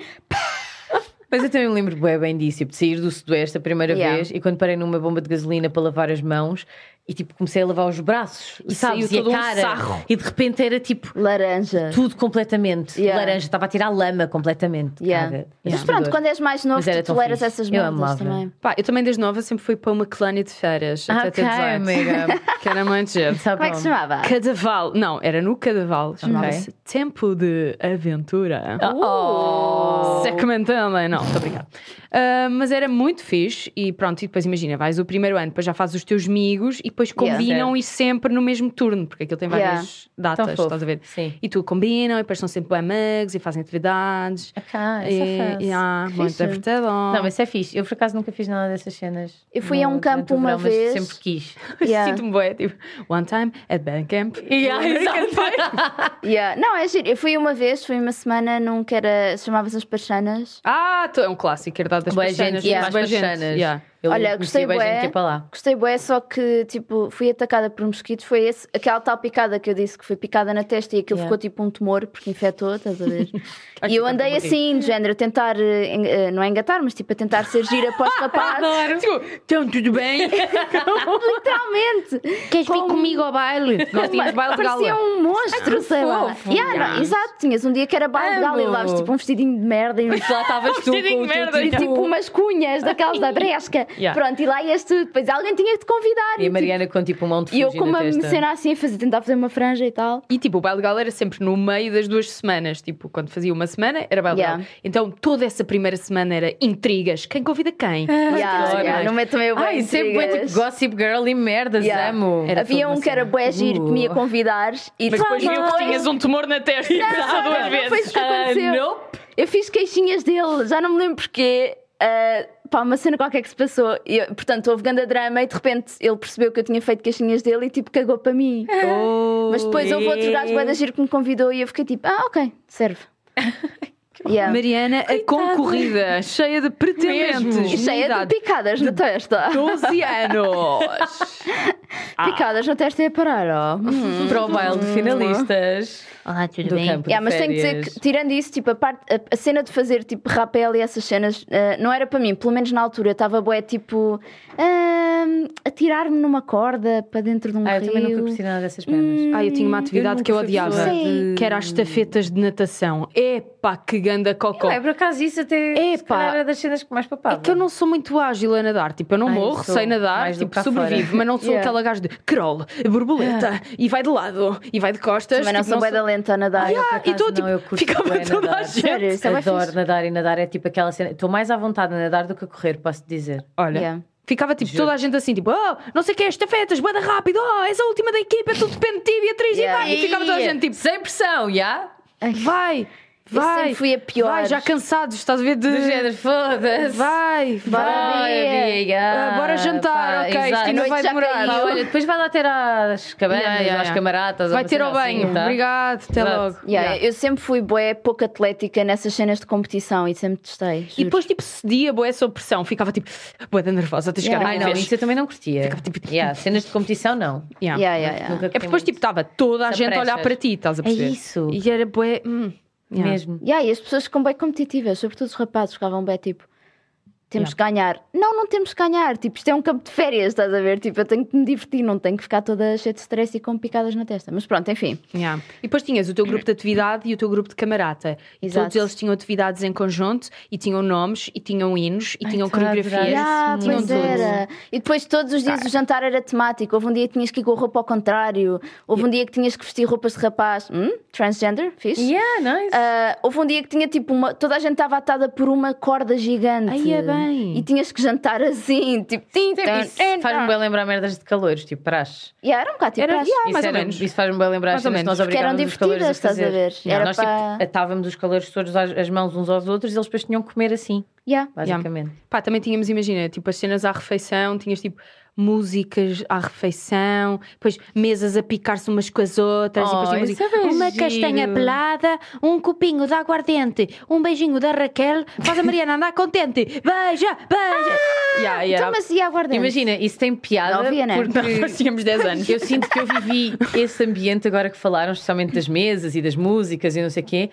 Speaker 3: Mas eu também me lembro bué bem disso, tipo, de sair do Sudoeste a primeira
Speaker 2: Yeah.
Speaker 3: vez e quando parei numa bomba de gasolina para lavar as mãos e tipo comecei a lavar os braços e,
Speaker 1: saiu
Speaker 3: sabes, e a
Speaker 1: todo um
Speaker 3: cara.
Speaker 1: sarro.
Speaker 3: E de repente era tipo
Speaker 2: Laranja.
Speaker 3: tudo completamente
Speaker 2: Yeah.
Speaker 3: laranja, estava a tirar lama completamente.
Speaker 2: Yeah.
Speaker 3: Caga.
Speaker 2: Mas
Speaker 3: Assustador.
Speaker 2: pronto, quando és mais novo,
Speaker 3: Mas era
Speaker 2: tu
Speaker 3: tão
Speaker 2: toleras
Speaker 3: fixe.
Speaker 2: essas
Speaker 3: Eu
Speaker 2: merdas
Speaker 3: amava. Tá
Speaker 2: também.
Speaker 1: Pá, eu também desde nova sempre fui para uma colónia de férias. até
Speaker 3: Ok,
Speaker 1: ter 18.
Speaker 3: amiga.
Speaker 1: Que era muito giro.
Speaker 3: Tá
Speaker 2: Como é que
Speaker 3: bom.
Speaker 2: se chamava?
Speaker 1: Cadaval. Não, era no Cadaval. Chamava-se Tempo de Aventura.
Speaker 3: Oh.
Speaker 1: Se é que me entendem. Não, estou a brincar. Ah, mas era muito fixe e pronto, e depois imagina, vais o primeiro ano, depois já fazes os teus amigos e depois
Speaker 2: Yeah.
Speaker 1: combinam e sempre no mesmo turno, porque aquilo tem várias datas,
Speaker 3: Tão fofo.
Speaker 1: estás a ver?
Speaker 3: Sim.
Speaker 1: E tu combinam e depois são sempre amigos e fazem atividades.
Speaker 3: Ok, é
Speaker 1: e, e, ah, muito
Speaker 2: Fixe.
Speaker 1: apertadão.
Speaker 3: Não, mas isso é fixe. Eu por acaso nunca fiz nada dessas cenas.
Speaker 2: Eu fui a um
Speaker 3: no-
Speaker 2: campo
Speaker 3: durante o
Speaker 2: uma
Speaker 3: verão, mas
Speaker 2: vez.
Speaker 3: sempre quis.
Speaker 2: Yeah.
Speaker 1: Sinto-me bué, tipo, one time at Bandcamp. E aí,
Speaker 2: Yeah. Não, é giro. Eu fui uma vez, fui uma semana num que era. chamava-se As Parchanas.
Speaker 1: Ah, tu- é um clássico, herdado das
Speaker 3: Boa
Speaker 1: Paixanas,
Speaker 3: gente,
Speaker 1: mas
Speaker 3: yeah.
Speaker 1: bué
Speaker 3: As
Speaker 1: gente,
Speaker 3: Paixanas.
Speaker 1: yeah.
Speaker 3: Eu
Speaker 2: Olha,
Speaker 3: conheci
Speaker 2: gostei
Speaker 3: bem gente
Speaker 2: bué.
Speaker 3: que ia para lá.
Speaker 2: Gostei bué, só que tipo, fui atacada por mosquitos. Foi esse, aquela tal picada que eu disse que foi picada na testa e aquilo
Speaker 3: Yeah.
Speaker 2: ficou tipo um tumor porque infectou, estás a ver?
Speaker 1: Ai,
Speaker 2: e eu
Speaker 1: fica
Speaker 2: andei
Speaker 1: com
Speaker 2: assim, de género, a tentar, eh, en- eh, não é engatar, mas tipo a tentar ser gira para os rapazes.
Speaker 1: Tipo, então tudo bem?
Speaker 2: Literalmente!
Speaker 4: Queres vir
Speaker 2: Como-
Speaker 4: comigo ao baile?
Speaker 1: Nós tínhamos baile de
Speaker 2: Parecia
Speaker 1: gala.
Speaker 2: um monstro, sei lá.
Speaker 1: fofo.
Speaker 2: Yeah, não, exato, tinhas um dia que era baile de gala e
Speaker 3: Amo.
Speaker 2: levavas tipo um vestidinho de merda e uns
Speaker 3: Lá estavas tu
Speaker 1: Vestidinho
Speaker 3: com o
Speaker 1: de merda,
Speaker 3: teu
Speaker 2: E
Speaker 3: tipo.
Speaker 2: tipo umas cunhas daquelas da Bresca.
Speaker 1: Yeah.
Speaker 2: Pronto, e lá ias tu. Depois alguém tinha de te convidar.
Speaker 3: E a
Speaker 2: tipo,
Speaker 3: Mariana com tipo um mão de
Speaker 2: e eu
Speaker 3: fuji
Speaker 2: com
Speaker 3: na
Speaker 2: uma
Speaker 3: testa.
Speaker 2: cena assim a fazer, tentar fazer uma franja e tal.
Speaker 1: E tipo, o baile de gala era sempre no meio das duas semanas. Tipo, quando fazia uma semana, era baile de
Speaker 2: Yeah.
Speaker 1: gala. Então toda essa primeira semana era intrigas. Quem convida quem?
Speaker 2: Yeah,
Speaker 1: adoro,
Speaker 2: yeah,
Speaker 1: mas-
Speaker 2: não me tomei bem.
Speaker 3: Ah, isso é bué tipo
Speaker 2: intrigas.
Speaker 3: gossip girl e merdas,
Speaker 2: Yeah.
Speaker 3: amo.
Speaker 1: Era
Speaker 2: Havia
Speaker 1: tudo
Speaker 2: um
Speaker 1: uma
Speaker 2: que era
Speaker 1: cena.
Speaker 2: bué giro que me ia
Speaker 3: Uh.
Speaker 2: convidar e
Speaker 1: Mas depois viu que tinhas um tumor na testa e
Speaker 2: não,
Speaker 1: passava
Speaker 2: não,
Speaker 1: duas
Speaker 2: não foi isso
Speaker 1: vezes. Ah,
Speaker 2: que aconteceu. Eu fiz queixinhas dele, já não me lembro porquê. ah, pá, uma cena qualquer que se passou. E, eu- portanto, houve grande drama e de repente ele percebeu que eu tinha feito queixinhas dele e tipo cagou para mim. Mas depois houve outro gajo bué da giro que me convidou e eu fiquei tipo, ah, ok, serve. Yeah.
Speaker 1: Mariana, a concorrida, cheia de
Speaker 2: E
Speaker 1: pretendentes.
Speaker 2: cheia é de
Speaker 1: idade
Speaker 2: picadas na testa.
Speaker 1: 12 anos.
Speaker 2: Picadas na testa é parar, ó.
Speaker 3: Para o baile de finalistas
Speaker 4: Olá, tudo
Speaker 3: do
Speaker 4: bem?
Speaker 3: campo. de
Speaker 2: Yeah, mas tenho que dizer
Speaker 3: férias.
Speaker 2: que, tirando isso, tipo, a, parte, a, a cena de fazer tipo rapel e essas cenas eh, não era para mim, pelo menos na altura. Estava bué tipo ahm, a tirar-me numa corda para dentro de um
Speaker 3: Ah, eu
Speaker 2: rio. Hum,
Speaker 3: também nunca percebi nada dessas merdas.
Speaker 1: Ah, eu tinha uma atividade
Speaker 3: nunca
Speaker 1: que eu
Speaker 3: fui
Speaker 1: odiava,
Speaker 2: pessoa de-
Speaker 1: que era as estafetas de natação. Epá, que ganda cocó.
Speaker 3: Não, é por acaso isso até
Speaker 1: Epá.
Speaker 3: se calhar era das cenas que mais papava.
Speaker 1: É que eu não sou muito ágil a nadar, tipo, eu não
Speaker 3: Ai, eu
Speaker 1: morro
Speaker 3: sou
Speaker 1: sei nadar,
Speaker 3: mais do
Speaker 1: tipo,
Speaker 3: cá fora.
Speaker 1: sobrevivo, mas não sou
Speaker 2: Yeah.
Speaker 1: aquela gajo de crawl, borboleta, e vai de lado, e vai de costas.
Speaker 2: Também não
Speaker 1: tipo,
Speaker 2: sou bué da lenta a nadar.
Speaker 1: Yeah,
Speaker 3: por
Speaker 1: e estou
Speaker 3: acaso
Speaker 1: tipo,
Speaker 3: não, eu curto
Speaker 1: ficava
Speaker 3: bué
Speaker 1: toda a
Speaker 3: nadar.
Speaker 1: gente.
Speaker 2: Sério, isso é bué
Speaker 3: Adoro
Speaker 2: fixe.
Speaker 3: nadar e nadar é tipo aquela cena. Estou mais à vontade a nadar do que a correr, posso dizer.
Speaker 1: Olha,
Speaker 2: Yeah.
Speaker 1: ficava tipo
Speaker 3: Juro.
Speaker 1: toda a gente assim, tipo, oh, não sei o que é, estafetas, boeda rápido, oh, és a última da equipa, tu depende de ti, Beatriz,
Speaker 2: Yeah.
Speaker 1: e vai. E ficava toda a gente tipo,
Speaker 3: sem pressão, já?
Speaker 1: vai,
Speaker 2: Eu
Speaker 1: vai,
Speaker 2: sempre fui a pior.
Speaker 1: vai, já cansados, estás a ver de.
Speaker 2: Hum.
Speaker 3: Do género, foda-se.
Speaker 1: Vai, vai.
Speaker 2: Bora, Bia.
Speaker 1: Ah, bora jantar, ok, isto
Speaker 3: exato.
Speaker 1: ainda
Speaker 2: A noite
Speaker 1: vai
Speaker 2: já
Speaker 1: demorar.
Speaker 2: caiu.
Speaker 3: Pá, olha, depois vai lá ter às cabanas,
Speaker 1: Yeah, yeah,
Speaker 3: às
Speaker 1: yeah.
Speaker 3: camaradas.
Speaker 1: Vai
Speaker 3: uma
Speaker 1: ter
Speaker 3: cena
Speaker 1: ao banho,
Speaker 3: assim, tá?
Speaker 1: obrigado, até
Speaker 3: Exato.
Speaker 1: logo.
Speaker 2: Yeah, Eu sempre fui bué pouco atlética nessas cenas de competição e sempre testei.
Speaker 1: E
Speaker 2: juro.
Speaker 1: depois, tipo, cedia boé sob pressão, ficava tipo, boé da nervosa, até chegar
Speaker 2: Yeah.
Speaker 1: yeah.
Speaker 3: Ai, não, isso eu também não curtia.
Speaker 1: Ficava tipo-
Speaker 3: Yeah, cenas de competição, não.
Speaker 1: Yeah.
Speaker 2: Yeah, yeah, yeah.
Speaker 3: Nunca
Speaker 1: É porque depois, tipo, estava toda a
Speaker 3: Essa
Speaker 1: gente a olhar
Speaker 3: pressas.
Speaker 1: para ti, estás a
Speaker 3: É
Speaker 1: perceber?
Speaker 3: isso,
Speaker 1: E era boé. Hum, yeah.
Speaker 3: mesmo.
Speaker 2: Yeah, e as pessoas ficam bem competitivas, sobretudo os rapazes ficavam bem tipo. Temos que ganhar. Não, não temos que ganhar. Tipo, isto é um campo de férias, estás a ver? Tipo, eu tenho que me divertir, não tenho que ficar toda cheia de stress e com picadas na testa. Mas pronto, enfim.
Speaker 1: Yeah. E depois tinhas o teu grupo de atividade e o teu grupo de camarata. E
Speaker 2: Exato.
Speaker 1: todos eles tinham atividades em conjunto e tinham nomes e tinham hinos e
Speaker 3: Ai,
Speaker 1: tinham
Speaker 3: estou a adorar
Speaker 1: coreografias.
Speaker 3: isso.
Speaker 2: Ah,
Speaker 3: Tinham
Speaker 2: pois
Speaker 1: tudo. Tá.
Speaker 2: era. E depois todos os dias o jantar era temático. Houve um dia que tinhas que ir com a roupa ao contrário. Houve um dia que tinhas que vestir roupas de rapaz. Hum? Transgender? Fixe?
Speaker 3: Yeah, nice.
Speaker 2: Ah, houve um dia que tinha tipo uma. Toda a gente estava atada por uma corda gigante.
Speaker 1: Ai, é bem.
Speaker 2: E tinhas que jantar assim, tipo. tim,
Speaker 3: Tipo,
Speaker 2: tam,
Speaker 3: isso faz-me
Speaker 1: ah.
Speaker 3: bem lembrar merdas de calores, tipo praxe.
Speaker 2: Yeah, era um bocado tipo.
Speaker 1: Era-
Speaker 2: praxe.
Speaker 1: yeah,
Speaker 3: isso
Speaker 1: Ah, mais ou
Speaker 3: era-
Speaker 1: menos.
Speaker 3: Isso faz-me bem lembrar
Speaker 1: Mais
Speaker 3: as
Speaker 1: ou
Speaker 3: cenas que
Speaker 1: menos.
Speaker 3: nós
Speaker 2: Porque eram
Speaker 3: obrigávamos os calores a
Speaker 2: divertidas, estás
Speaker 3: fazer.
Speaker 2: a ver?
Speaker 3: Yeah,
Speaker 2: Era
Speaker 3: nós
Speaker 2: para-
Speaker 3: tipo atávamos os calores todos às- as mãos uns aos outros e eles depois tinham que comer assim,
Speaker 2: Yeah.
Speaker 3: basicamente.
Speaker 1: Pá, também tínhamos, imagina, tipo as cenas à refeição, tinhas tipo músicas à refeição, depois mesas a picar-se umas com as outras, e depois tipo,
Speaker 3: Oh,
Speaker 1: tinha
Speaker 3: isso
Speaker 1: música.
Speaker 3: é bem
Speaker 4: Uma
Speaker 3: giro.
Speaker 4: castanha pelada, um copinho de aguardente, um beijinho da Raquel, faz a Mariana andar contente. Beija, beija.
Speaker 1: Yeah, yeah.
Speaker 2: Então, mas e aguardem?
Speaker 3: Imagina, isso tem piada
Speaker 2: Não havia, né?
Speaker 3: porque
Speaker 1: Nós tínhamos 10 anos.
Speaker 3: Eu sinto que eu vivi esse ambiente agora que falaram, especialmente das mesas e das músicas e não sei o quê.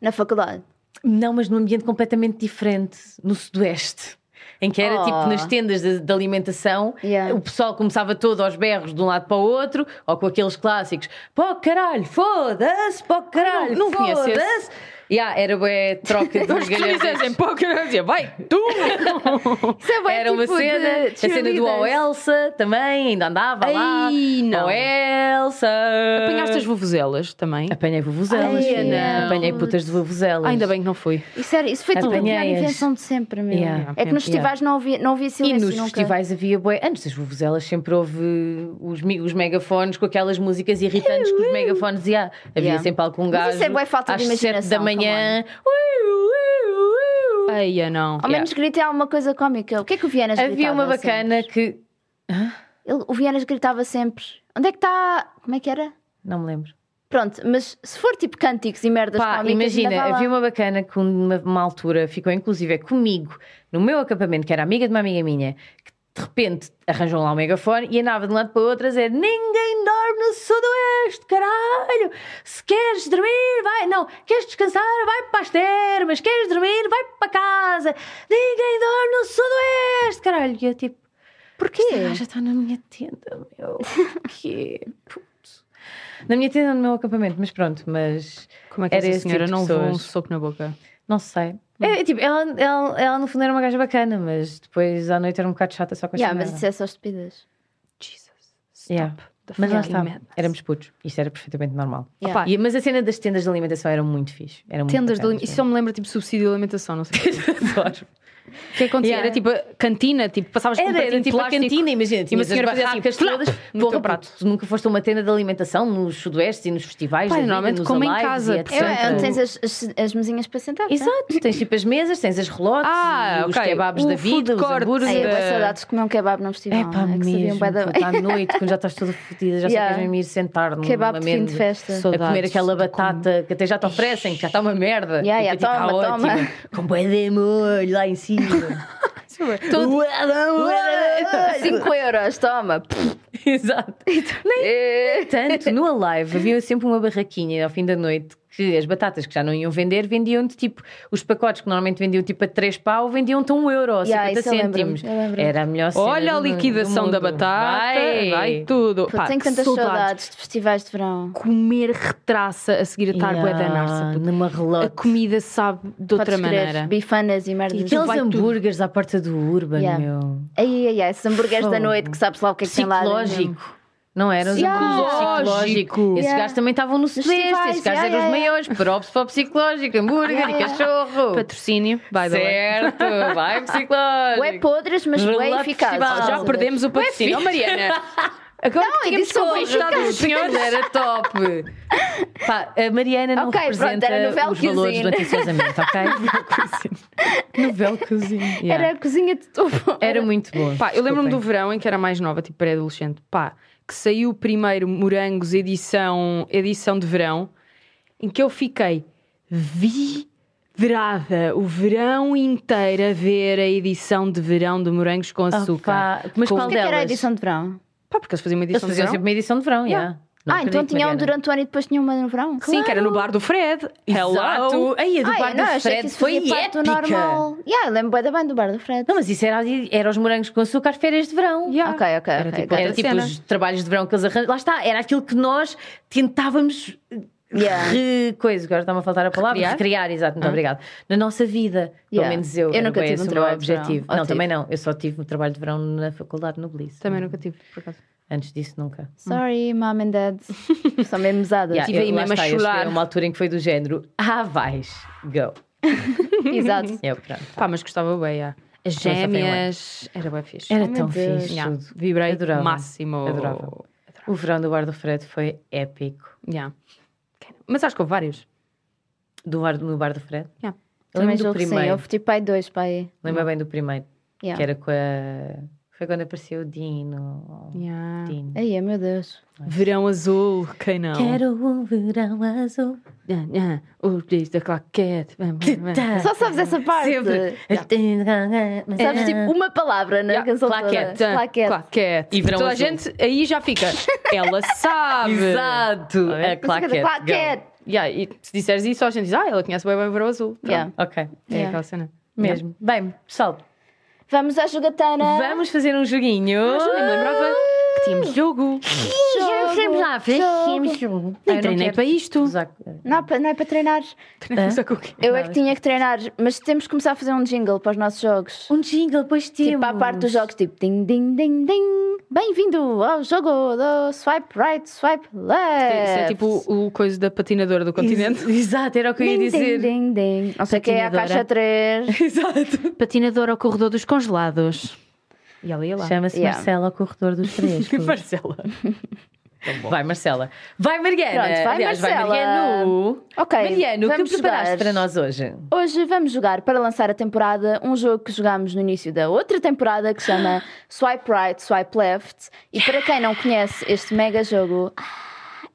Speaker 2: Na faculdade.
Speaker 3: Não, mas num ambiente completamente diferente, no Sudoeste. Em que era
Speaker 2: Oh.
Speaker 3: tipo nas tendas de, de alimentação,
Speaker 2: Yeah.
Speaker 3: o pessoal começava todo aos berros de um lado para o outro, ou com aqueles clássicos: pó caralho, foda-se, pó caralho,
Speaker 1: não conheço esse.
Speaker 3: foda-se. Yeah, era bué troca de
Speaker 1: Mas que lhe dizem
Speaker 3: galhardetes.
Speaker 1: pouco, eu dizia, vai, tu!
Speaker 2: Isso é bué
Speaker 3: Era uma
Speaker 2: tipo de
Speaker 3: cena, a cena do
Speaker 2: cheerleaders.
Speaker 3: Oh Elsa também, ainda andava lá.
Speaker 1: Ai, não.
Speaker 3: Oh Elsa!
Speaker 1: Apanhaste as vuvuzelas também?
Speaker 3: Apanhei vuvuzelas,
Speaker 2: Ai,
Speaker 3: filha.
Speaker 2: não.
Speaker 3: Apanhei putas de vuvuzelas.
Speaker 1: Ah, ainda bem que não fui.
Speaker 2: Isso, era, isso foi tipo a pior
Speaker 3: Apanhei-as.
Speaker 2: invenção de sempre, meu.
Speaker 3: Yeah.
Speaker 2: É que nos
Speaker 3: Yeah.
Speaker 2: festivais não havia, não havia
Speaker 3: E
Speaker 2: silêncio
Speaker 3: nos
Speaker 2: nunca.
Speaker 3: festivais havia bué. Antes das vuvuzelas sempre houve os, mi- os megafones com aquelas músicas irritantes que os megafones diziam. Havia
Speaker 2: Yeah.
Speaker 3: sempre algum
Speaker 2: Mas
Speaker 3: gajo
Speaker 2: isso é bué falta de
Speaker 3: às sete
Speaker 2: imaginação.
Speaker 3: da manhã. Ui, ui, ui.
Speaker 1: Ai, eu não.
Speaker 2: Ao menos gritei alguma coisa cómica. O que é que o Vianas
Speaker 3: Havia
Speaker 2: gritava
Speaker 3: uma bacana que.
Speaker 2: sempre? Ele- o Vianas gritava sempre: Onde é que está. Como é que era?
Speaker 3: Não me lembro.
Speaker 2: Pronto, mas se for tipo cânticos e merdas
Speaker 3: Pá,
Speaker 2: cómicas. ainda
Speaker 3: imagina,
Speaker 2: vai lá.
Speaker 3: havia uma bacana que um, uma, uma altura ficou inclusive é comigo, no meu acampamento, que era amiga de uma amiga minha, que de repente arranjou lá um megafone e andava de um lado para o outro a dizer: Ninguém dorme no sudoeste, caralho! Se queres dormir, vai. Não, queres descansar, vai para as termas, queres dormir, vai para casa. Ninguém dorme no sudoeste, caralho! E eu tipo.
Speaker 2: Porquê?
Speaker 3: Esta gaja está na minha tenda, meu. Porquê? Puto. Na minha tenda, no meu acampamento, mas pronto, mas
Speaker 1: Como é que
Speaker 3: Era
Speaker 1: essa
Speaker 3: esse tipo
Speaker 1: senhora
Speaker 3: de
Speaker 1: não levou um
Speaker 3: pessoas.
Speaker 1: soco na boca?
Speaker 3: não
Speaker 1: Hum.
Speaker 3: sei. É, tipo, ela, ela, ela no fundo era uma gaja bacana, mas depois à noite era um bocado chata só com a
Speaker 2: Yeah,
Speaker 3: chamada.
Speaker 2: mas isso é só estupidez.
Speaker 1: Jesus.
Speaker 3: Yeah.
Speaker 1: é
Speaker 3: Mas lá está, éramos putos, isto era perfeitamente normal.
Speaker 2: Yeah.
Speaker 1: Opa,
Speaker 3: E- mas a cena das tendas de alimentação era muito fixe. Era muito
Speaker 1: Tendas de
Speaker 3: bacana,
Speaker 1: alimentação. Isso só me lembra tipo subsídio de alimentação, não sei.
Speaker 3: Adoro.
Speaker 1: O que acontecia?
Speaker 3: Yeah.
Speaker 1: Era tipo a cantina, tipo, passavas com um
Speaker 3: Era,
Speaker 1: pratinho
Speaker 3: era
Speaker 1: de
Speaker 3: tipo a
Speaker 1: plástico.
Speaker 3: cantina, imagina, tinha as
Speaker 1: senhora fazia assim,
Speaker 3: barracas
Speaker 1: plop,
Speaker 3: todas.
Speaker 1: no
Speaker 3: Porra,
Speaker 1: teu prato.
Speaker 3: puto, tu nunca foste a uma tenda de alimentação nos sudoeste e nos festivais,
Speaker 1: Pá,
Speaker 3: da vida,
Speaker 1: normalmente
Speaker 3: nos
Speaker 1: como em
Speaker 3: alives
Speaker 1: casa,
Speaker 3: e etc.
Speaker 2: É, é onde
Speaker 1: Portanto-
Speaker 2: tens as, as, as mesinhas para sentar.
Speaker 3: Exato, tens tipo as mesas, tens as relotes,
Speaker 1: Ah,
Speaker 3: e os
Speaker 1: ok.
Speaker 3: kebabs
Speaker 1: O
Speaker 3: da
Speaker 1: food
Speaker 3: vida, os
Speaker 1: court.
Speaker 3: hambúrgueres.
Speaker 2: Ai,
Speaker 1: É.
Speaker 2: eu vou saudades de comer um kebab num festival.
Speaker 3: É pá,
Speaker 2: né? que sabia um
Speaker 3: mesmo,
Speaker 2: bué da-
Speaker 3: puto, à noite, quando já estás toda fodida, já
Speaker 2: Yeah.
Speaker 3: só queres mesmo ir sentar numa
Speaker 2: Kebab de fim de
Speaker 3: mesa,
Speaker 2: festa.
Speaker 3: A comer
Speaker 1: Saudades
Speaker 3: aquela
Speaker 1: de
Speaker 3: batata que até já te oferecem, que já está uma merda.
Speaker 2: Yeah,
Speaker 3: E
Speaker 2: yeah,
Speaker 3: tu, tipo,
Speaker 2: toma,
Speaker 3: "Ah,
Speaker 2: toma."
Speaker 3: ótimo, Com bué de molho lá em cima.
Speaker 1: é
Speaker 3: Todo...
Speaker 2: Ah, 5 euros, toma.
Speaker 3: Exato.
Speaker 2: Eh,
Speaker 3: Tanto, no Alive havia sempre uma barraquinha ao fim da noite que as batatas que já não iam vender vendiam-te tipo os pacotes que normalmente vendiam tipo a 3 pau, vendiam-te a 1 euro ou
Speaker 2: Yeah,
Speaker 3: 50
Speaker 2: isso eu lembro-me,
Speaker 3: cêntimos.
Speaker 2: eu lembro-me.
Speaker 3: Era a melhor cena
Speaker 1: Olha a
Speaker 3: do- do
Speaker 1: liquidação da
Speaker 3: mundo.
Speaker 1: batata, vai, tudo.
Speaker 2: Pô,
Speaker 1: Pá,
Speaker 2: tenho
Speaker 1: que
Speaker 2: tantas saudades de festivais de verão.
Speaker 1: Comer retraça a seguir a estar yeah. é da narça. puto.
Speaker 3: Numa
Speaker 1: A
Speaker 3: relógio.
Speaker 1: comida sabe de outra
Speaker 2: Podes querer
Speaker 1: maneira.
Speaker 2: Bifanas e merdas.
Speaker 1: aquilo
Speaker 3: Aqueles
Speaker 1: vai tudo.
Speaker 3: hambúrgueres à porta do Urban,
Speaker 2: Yeah.
Speaker 3: meu.
Speaker 2: Ai, ai, ai, esses hambúrgueres da
Speaker 3: Fogo.
Speaker 2: noite que sabes lá o que é que tem lá. dentro.
Speaker 3: Psicológico. Não era os
Speaker 2: Yeah.
Speaker 3: hambúrgueres
Speaker 1: Psicológico.
Speaker 3: psicológico. Esses
Speaker 2: Yeah.
Speaker 3: gajos também estavam no sudeste.
Speaker 2: festivais,
Speaker 3: Esses
Speaker 2: yeah,
Speaker 3: gajos eram os
Speaker 2: yeah, yeah.
Speaker 3: maiores. Props para o psicológico, hambúrguer
Speaker 2: Yeah,
Speaker 3: e
Speaker 2: yeah.
Speaker 3: cachorro.
Speaker 1: Patrocínio, by the way.
Speaker 3: Certo, vai psicológico.
Speaker 2: Ué, podres, mas ué,
Speaker 3: Relato
Speaker 2: eficazes.
Speaker 3: festival.
Speaker 1: Já perdemos o patrocínio. Oh, Mariana, agora
Speaker 2: Não,
Speaker 1: que tínhamos
Speaker 2: e disse
Speaker 1: conquistado os senhores.
Speaker 3: era top. Pá, a Mariana não
Speaker 2: Ok, pronto,
Speaker 3: representa
Speaker 2: era no Vel
Speaker 3: os valores
Speaker 2: Cuisine.
Speaker 3: do atenciosamente, ok? Novel cozinho.
Speaker 2: Era a cozinha de topo.
Speaker 3: era muito bom.
Speaker 1: Pá, eu lembro-me um do
Speaker 3: desculpem.
Speaker 1: verão em que era mais nova, tipo pré-adolescente, pá, que saiu o primeiro Morangos edição, edição de verão, em que eu fiquei vidrada o verão inteiro a ver a edição de verão de Morangos com
Speaker 3: Ah,
Speaker 1: Açúcar.
Speaker 3: pá, Mas
Speaker 1: Com-
Speaker 3: qual
Speaker 2: O que é que era a
Speaker 3: delas?
Speaker 2: edição de verão?
Speaker 1: Pá, porque eles faziam uma
Speaker 3: Eles
Speaker 1: edição de
Speaker 3: faziam
Speaker 1: verão.
Speaker 3: sempre uma edição de verão,
Speaker 1: Yeah.
Speaker 3: yeah.
Speaker 2: ah, então tinham durante o ano e depois tinham uma no verão?
Speaker 1: Sim, que era no bar do Fred. Hello!
Speaker 3: Exato. Aí a do
Speaker 2: Ah,
Speaker 3: bar
Speaker 2: eu não,
Speaker 3: do
Speaker 2: achei que
Speaker 3: Fred
Speaker 2: isso
Speaker 3: foi
Speaker 2: fazia parte
Speaker 3: épica.
Speaker 2: do normal. Yeah, eu lembro bué da bem do bar do Fred.
Speaker 3: Não, mas isso era, era os morangos com açúcar férias de verão.
Speaker 1: Yeah.
Speaker 2: Ok, ok,
Speaker 1: Era
Speaker 2: ok,
Speaker 1: tipo
Speaker 2: ok.
Speaker 3: Era
Speaker 1: Outra
Speaker 3: tipo
Speaker 1: cena.
Speaker 3: os trabalhos de verão que eles arranjam. Lá está, era aquilo que nós tentávamos
Speaker 2: Yeah. Ah.
Speaker 3: re... coisa, agora está-me a faltar a palavra,
Speaker 1: Recriar?
Speaker 3: recriar, exato, muito obrigada. Na nossa vida, pelo
Speaker 2: Yeah.
Speaker 3: menos eu,
Speaker 2: Eu
Speaker 3: era
Speaker 2: nunca
Speaker 3: bem
Speaker 2: tive
Speaker 3: esse
Speaker 2: um
Speaker 3: o meu
Speaker 2: trabalho de verão.
Speaker 3: objetivo.
Speaker 2: Ou
Speaker 3: Não,
Speaker 2: tive?
Speaker 3: também não, eu só tive um trabalho de verão na faculdade no Bliss.
Speaker 1: Também nunca tive, por acaso.
Speaker 3: Antes disso, nunca.
Speaker 2: Sorry, mom and dad. São mesmo
Speaker 3: Yeah,
Speaker 2: pesadas.
Speaker 1: Tive aí
Speaker 3: eu- lá
Speaker 1: mesmo a
Speaker 3: está, eu cheguei
Speaker 1: chorar.
Speaker 3: uma altura em que foi do género, ah, vais, go.
Speaker 2: Exato.
Speaker 3: Eu, pronto.
Speaker 1: Pá, mas gostava bem, já. As
Speaker 3: Também só foi um ano.
Speaker 1: gêmeas. Era bem fixe.
Speaker 3: Era
Speaker 2: meu
Speaker 3: tão
Speaker 2: Deus.
Speaker 3: fixe
Speaker 1: Yeah,
Speaker 3: tudo.
Speaker 1: Vibrei
Speaker 3: Adorava.
Speaker 1: máximo.
Speaker 3: Adorava. O verão do Bar do Fred foi épico.
Speaker 1: Yeah. Mas acho que houve vários.
Speaker 3: Do bar, no Bar do Fred?
Speaker 1: Yeah.
Speaker 3: Eu
Speaker 2: Também
Speaker 3: lembro do
Speaker 2: julgo que sim.
Speaker 3: primeiro.
Speaker 2: Eu fui tipo pai dois, pai.
Speaker 3: Lembro bem do primeiro, que
Speaker 2: Yeah.
Speaker 3: era com a. Foi quando apareceu o Dino.
Speaker 1: Yeah.
Speaker 3: Dino.
Speaker 2: Aí, é, meu Deus.
Speaker 1: Verão azul, quem não?
Speaker 3: Quero um verão azul.
Speaker 1: Nha, nha, Os dias da claquete. Vem, vem, vem.
Speaker 3: É. Tá.
Speaker 2: Só sabes essa parte.
Speaker 3: Sempre. É
Speaker 2: Sabes tipo uma palavra na
Speaker 1: Yeah,
Speaker 2: canção
Speaker 1: Claquete.
Speaker 2: toda. Claquete.
Speaker 1: Claquete.
Speaker 3: E verão
Speaker 1: Toda a
Speaker 3: azul.
Speaker 1: gente aí já fica. Ela sabe.
Speaker 3: Ah, Exato!
Speaker 1: Tá bem?
Speaker 3: A É, claquete.
Speaker 2: Claquete.
Speaker 1: Yeah, e se disseres isso, a gente diz: Ah, ela conhece bem bem o verão azul. Pronto.
Speaker 2: Yeah.
Speaker 3: Go. Ok,
Speaker 1: É
Speaker 2: Yeah.
Speaker 1: aquela cena.
Speaker 3: mesmo. Bem, pessoal,
Speaker 2: Vamos à jogatana.
Speaker 3: vamos fazer um joguinho.
Speaker 1: Mas eu nem me lembrava.
Speaker 4: que tínhamos jogo.
Speaker 5: Sempre lá, fizemos jogo.
Speaker 4: Nem treinei para isto.
Speaker 2: Não, pa- não é para treinar.
Speaker 1: Treinamos a cookie.
Speaker 2: Eu é que tinha que treinar, mas temos que começar a fazer um jingle para os nossos jogos.
Speaker 3: Um jingle, pois temos.
Speaker 2: Tipo, à parte dos jogos, tipo ding, ding, ding, ding. Bem-vindo ao jogo do swipe right, swipe left.
Speaker 1: Isso é tipo o coisa da patinadora do continente.
Speaker 3: Ex- Exato, era o que eu ia
Speaker 2: Ding,
Speaker 3: dizer.
Speaker 2: Ding, ding, ding. Não sei o que é a
Speaker 4: Patinadora.
Speaker 2: caixa 3.
Speaker 3: Exato.
Speaker 4: Patinador ao corredor dos congelados. E ela ia lá.
Speaker 3: Chama-se
Speaker 2: Yeah.
Speaker 3: Marcela ao corredor dos frescos.
Speaker 1: Marcela.
Speaker 3: vai, Marcela. Vai, Mariana.
Speaker 2: Pronto, vai,
Speaker 3: Aliás,
Speaker 2: Marcela.
Speaker 3: vai, Mariano.
Speaker 2: Ok.
Speaker 3: Mariano, o que
Speaker 2: vamos
Speaker 3: preparaste
Speaker 2: jogar.
Speaker 3: para nós hoje?
Speaker 2: Hoje vamos jogar para lançar a temporada um jogo que jogámos no início da outra temporada que se chama Swipe Right, Swipe Left. E para quem não conhece este mega jogo,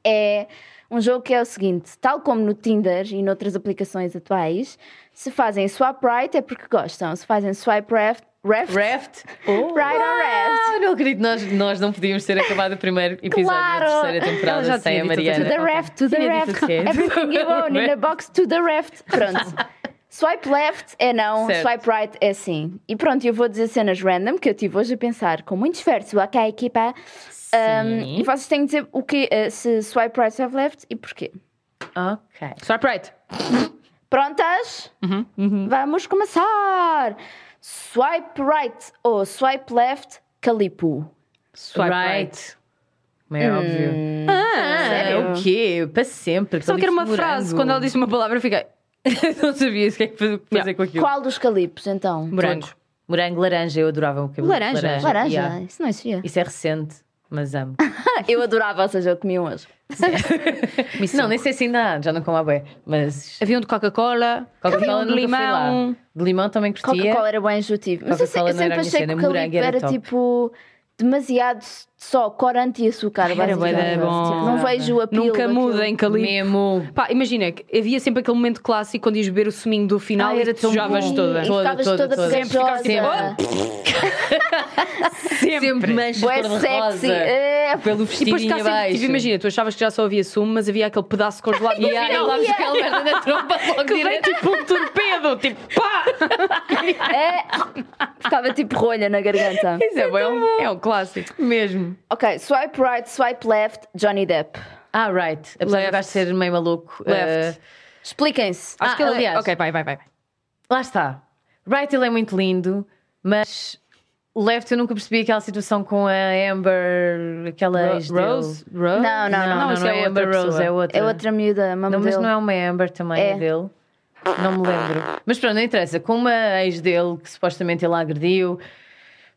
Speaker 2: é um jogo que é o seguinte: tal como no Tinder e noutras aplicações atuais, se fazem swipe right é porque gostam, se fazem swipe left, left,
Speaker 3: Raft? Oh.
Speaker 2: right or left.
Speaker 3: Ah, não acredito, nós, nós não podíamos ter acabado o primeiro episódio
Speaker 2: Claro.
Speaker 3: da terceira
Speaker 1: Ela já
Speaker 3: temporada sem
Speaker 1: tinha
Speaker 3: a
Speaker 1: dito
Speaker 2: To
Speaker 1: tudo.
Speaker 3: Mariana.
Speaker 2: the raft, to the
Speaker 3: Tinha dito
Speaker 2: raft.
Speaker 3: assim.
Speaker 2: Everything you own in a box to the raft. Pronto. Swipe left é não,
Speaker 3: Certo.
Speaker 2: swipe right é sim. E pronto, eu vou dizer cenas random que eu tive hoje a pensar com muito esforço, ok, equipa? Um,
Speaker 3: Sim.
Speaker 2: e vocês têm que dizer o que, eh, se swipe right, swipe left e porquê.
Speaker 3: Ok.
Speaker 1: Swipe right.
Speaker 2: Prontas? Vamos começar! Swipe right ou swipe left, calipo.
Speaker 1: Swipe right.
Speaker 3: right. Mas
Speaker 1: Hum.
Speaker 3: é óbvio. É
Speaker 2: Sério?
Speaker 3: o quê? Para sempre.
Speaker 1: Só que era uma
Speaker 3: Calipo
Speaker 1: frase,
Speaker 3: morango.
Speaker 1: quando ela disse uma palavra, eu fiquei.
Speaker 3: não sabia o que é que fazer
Speaker 1: Yeah.
Speaker 3: com aquilo.
Speaker 2: Qual dos calipos então?
Speaker 1: Morango.
Speaker 3: Todos. Morango, laranja, eu adorava o cabelo. de
Speaker 4: Laranja?
Speaker 2: Laranja,
Speaker 3: yeah.
Speaker 2: isso não existia.
Speaker 3: Isso é recente, mas amo.
Speaker 2: Eu adorava, ou seja, eu comi um hoje.
Speaker 3: não, nem sei se ainda há, já não como a bué, mas
Speaker 4: Havia um de Coca-Cola, havia
Speaker 3: Coca-Cola
Speaker 4: um de
Speaker 3: nunca fui lá.
Speaker 4: limão.
Speaker 3: De limão também curtia.
Speaker 2: Coca-Cola era bem injutivo. Mas eu, se- eu
Speaker 3: Coca-Cola não
Speaker 2: sempre
Speaker 3: era a minha
Speaker 2: achei que
Speaker 3: cena,
Speaker 2: o calipo
Speaker 3: morango
Speaker 2: era,
Speaker 3: era top.
Speaker 2: tipo demasiado só corante e açúcar.
Speaker 1: era bué da
Speaker 2: basicamente.
Speaker 1: bom.
Speaker 2: Tipo, Não vejo o apelo.
Speaker 1: Nunca
Speaker 2: daquilo.
Speaker 1: mudem, Cali.
Speaker 3: Memo.
Speaker 1: Pá, imagina, que havia sempre aquele momento clássico quando ias beber o suminho do final
Speaker 3: Ai,
Speaker 1: e era
Speaker 3: é tão
Speaker 1: sujavas
Speaker 3: bom.
Speaker 1: toda.
Speaker 2: E
Speaker 3: Toda,
Speaker 2: ficavas
Speaker 3: toda,
Speaker 2: toda assim,
Speaker 3: toda.
Speaker 1: ficava
Speaker 2: pegajosa.
Speaker 1: tipo,
Speaker 3: Sempre manchas
Speaker 2: Bué
Speaker 3: cor-de-rosa.
Speaker 2: sexy. É,
Speaker 3: Pelo
Speaker 1: E
Speaker 3: vestidinho
Speaker 1: depois cá sempre,
Speaker 3: abaixo.
Speaker 1: tipo, imagina, tu achavas que já só havia sumo, mas havia aquele pedaço congelado no
Speaker 3: E aí,
Speaker 1: final.
Speaker 3: lá buscar aquela merda na trompa logo
Speaker 1: Que vem
Speaker 3: direto.
Speaker 1: tipo um torpedo, tipo pá!
Speaker 2: é. Ficava tipo rolha na garganta.
Speaker 1: Isso é, bom, é, um, é um clássico mesmo.
Speaker 2: Ok, swipe right, swipe left, Johnny Depp.
Speaker 3: Ah, right. Apesar de eu
Speaker 1: Left.
Speaker 3: gosto de ser meio maluco.
Speaker 1: Left.
Speaker 3: eh,
Speaker 2: Expliquem-se.
Speaker 1: Acho
Speaker 3: Ah,
Speaker 1: que ele
Speaker 3: aliás.
Speaker 1: Ok, vai, vai, vai.
Speaker 3: lá está. Right, ele é muito lindo, mas left eu nunca percebi aquela situação com a Amber, aquela ex dele.
Speaker 1: Rose? Rose?
Speaker 2: Não, não,
Speaker 3: Não,
Speaker 2: não.
Speaker 3: não,
Speaker 1: isso é
Speaker 3: é
Speaker 1: outra
Speaker 3: Amber Rose,
Speaker 1: pessoa.
Speaker 3: é outra.
Speaker 2: É outra miúda, uma
Speaker 3: Não, mas
Speaker 2: modelo.
Speaker 3: não é uma Amber também, é,
Speaker 2: É.
Speaker 3: dele. Não me lembro. Mas pronto, não interessa. Com uma ex dele que supostamente ele a agrediu.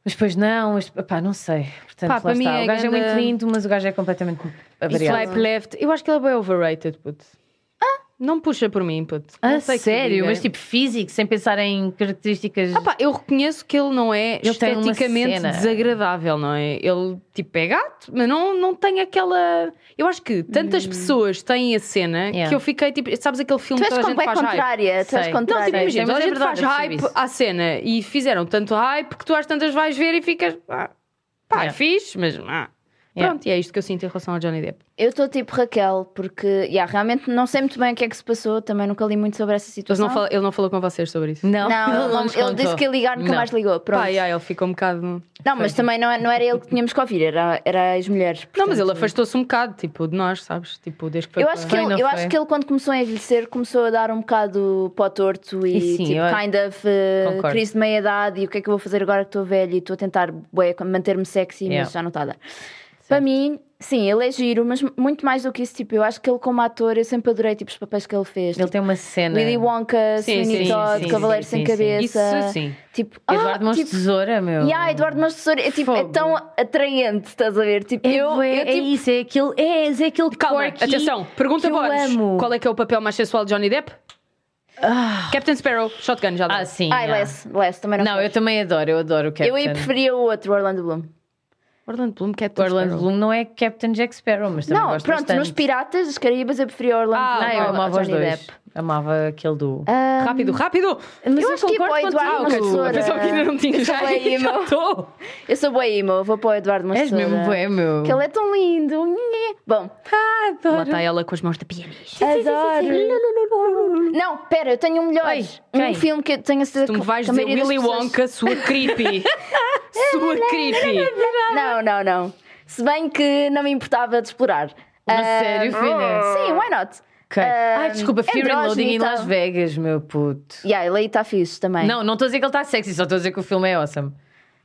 Speaker 3: Mas depois não, mas, pá, não sei. Portanto,
Speaker 1: Pá,
Speaker 3: lá
Speaker 1: para mim
Speaker 3: está.
Speaker 1: é
Speaker 3: o gajo é
Speaker 1: ganda-
Speaker 3: muito lindo, mas o gajo é completamente
Speaker 1: E
Speaker 3: avariado.
Speaker 1: swipe left. Eu acho que ele é bem overrated, puto. Não puxa por mim, puto.
Speaker 3: Ah,
Speaker 1: Não sei o que
Speaker 3: sério?
Speaker 1: diga.
Speaker 3: Mas tipo físico, sem pensar em características.
Speaker 1: Ah pá, eu reconheço que ele não é
Speaker 3: Ele tem uma
Speaker 1: esteticamente
Speaker 3: cena.
Speaker 1: desagradável, não é? Ele, tipo, é gato, mas não, não tem aquela... Eu acho que tantas pessoas têm a cena
Speaker 3: Hum. Yeah.
Speaker 1: que eu fiquei, tipo... Sabes aquele filme
Speaker 2: Tu
Speaker 1: que
Speaker 2: és
Speaker 1: toda a gente
Speaker 2: completamente
Speaker 1: faz hype?
Speaker 2: contrária. Tu és
Speaker 3: Sei.
Speaker 1: Não, tipo,
Speaker 2: contrária.
Speaker 3: Sei,
Speaker 1: imagina,
Speaker 3: mas
Speaker 1: toda a
Speaker 3: é
Speaker 1: gente faz
Speaker 3: verdade, eu percebo
Speaker 1: hype
Speaker 3: isso.
Speaker 1: à cena e fizeram tanto hype que tu às tantas vais ver e ficas... Ah, pá,
Speaker 3: Yeah.
Speaker 1: é fixe, mas... ah.
Speaker 3: Yeah.
Speaker 1: Pronto, e é isto que eu sinto em relação ao Johnny Depp.
Speaker 2: Eu estou tipo Raquel, porque yeah, realmente não sei muito bem o que é que se passou, também nunca li muito sobre essa
Speaker 1: Mas
Speaker 2: situação.
Speaker 1: não fala- ele não falou com vocês sobre isso.
Speaker 3: Não,
Speaker 2: Não, ele, não-
Speaker 3: nos
Speaker 2: ele
Speaker 3: contou.
Speaker 2: disse que ia ligar, nunca
Speaker 3: Não.
Speaker 2: mais ligou. Pronto.
Speaker 1: Pá, yeah, ele ficou um bocado...
Speaker 2: não, mas também não, é- não era ele que tínhamos que ouvir, era, era as mulheres.
Speaker 1: Não, mas
Speaker 2: portanto.
Speaker 1: ele afastou-se um bocado, tipo, de nós, sabes? Tipo, desde que foi
Speaker 2: Eu
Speaker 1: para-
Speaker 2: acho, que
Speaker 3: Foi, não
Speaker 2: ele, eu
Speaker 3: foi?
Speaker 2: acho que ele, quando começou a envelhecer, começou a dar um bocado pó torto e,
Speaker 3: E sim,
Speaker 2: tipo,
Speaker 3: eu-
Speaker 2: kind of eh,
Speaker 3: Concordo.
Speaker 2: crise de meia-idade e o que é que eu vou fazer agora que estou velha e estou a tentar bué, manter-me sexy,
Speaker 3: Yeah.
Speaker 2: mas já não está a dar. Para mim, sim, ele é giro, mas muito mais do que isso, tipo, eu acho que ele como ator, eu sempre adorei, tipo, os papéis que ele fez.
Speaker 3: Ele tem uma cena.
Speaker 2: Willy Wonka,
Speaker 1: Sim,
Speaker 2: Sweeney
Speaker 1: sim,
Speaker 2: Todd,
Speaker 1: sim,
Speaker 2: Cavaleiro
Speaker 3: sim,
Speaker 2: Sem
Speaker 3: sim, sim.
Speaker 2: Cabeça.
Speaker 1: Isso sim.
Speaker 2: Tipo,
Speaker 3: Eduardo
Speaker 2: ah,
Speaker 3: Mons
Speaker 2: tipo,
Speaker 3: Tesoura, meu.
Speaker 2: yeah, Eduardo Mons Tesoura. É, tipo, é
Speaker 3: Fogo.
Speaker 2: tão atraente, estás a ver? Tipo,
Speaker 3: É,
Speaker 2: eu,
Speaker 3: bué,
Speaker 2: eu
Speaker 3: é
Speaker 2: tipo,
Speaker 3: isso, é aquele. É, é aquele
Speaker 1: Calma,
Speaker 3: quirky
Speaker 1: atenção. Pergunta
Speaker 3: que eu
Speaker 1: Boris.
Speaker 3: amo.
Speaker 1: Qual é que é o papel mais sensual de Johnny Depp? Captain Sparrow, Shotgun, já dá.
Speaker 3: Ah, sim.
Speaker 2: ai,
Speaker 3: yeah.
Speaker 2: Les, Les, também não
Speaker 3: Não, eu também adoro, eu adoro o Captain.
Speaker 2: Eu aí preferia o outro, Orlando Bloom.
Speaker 1: Orlando Bloom,
Speaker 3: O
Speaker 1: Captain
Speaker 3: Orlando
Speaker 1: Sparrow.
Speaker 3: Bloom não é Captain Jack Sparrow, mas também
Speaker 2: Não,
Speaker 3: gosto
Speaker 2: pronto,
Speaker 3: bastante.
Speaker 2: nos Piratas dos Caraíbas eu preferia o Orlando
Speaker 1: Ah,
Speaker 2: Bloom
Speaker 3: Ah, eu
Speaker 2: ao
Speaker 3: amava os
Speaker 2: Johnny
Speaker 3: dois.
Speaker 2: Depp.
Speaker 3: Amava aquele duo.
Speaker 2: Ah,
Speaker 1: Rápido, rápido!
Speaker 3: mas
Speaker 2: eu acho que ia para o Eduardo
Speaker 1: Ah, ok, desculpa.
Speaker 2: Tesoura.
Speaker 1: Pensava que ainda não tinha já.
Speaker 2: Desculpa aí,
Speaker 1: já
Speaker 2: meu.
Speaker 1: estou.
Speaker 2: Eu sou boa emo, eu vou para o Eduardo
Speaker 3: És
Speaker 2: Massoura.
Speaker 3: mesmo bué, meu.
Speaker 2: Que ele é tão lindo. Nhe. Bom,
Speaker 1: Lá está ela com as mãos da pianista.
Speaker 2: É. adoro. Não, pera, eu tenho um melhor.
Speaker 3: Oi,
Speaker 2: um
Speaker 3: quem?
Speaker 2: filme que eu tenho a certeza
Speaker 1: Tu me
Speaker 2: que
Speaker 1: vais
Speaker 2: a
Speaker 1: dizer
Speaker 2: maioria é das
Speaker 1: Willy
Speaker 2: pessoas-
Speaker 1: Wonka, sua creepy. sua creepy.
Speaker 2: Não, não, não. Se bem que não me importava de explorar.
Speaker 3: A
Speaker 2: Ah,
Speaker 3: sério, filha?
Speaker 2: Sim, why not?
Speaker 3: é Ok. Ai, desculpa, Fear and
Speaker 2: É andrógeno então.
Speaker 3: Loading
Speaker 2: e
Speaker 3: em
Speaker 2: tal.
Speaker 3: Las Vegas, meu puto.
Speaker 2: E yeah, ele aí está fixe também.
Speaker 3: Não, não estou a dizer que ele está sexy, só estou a dizer que o filme é awesome.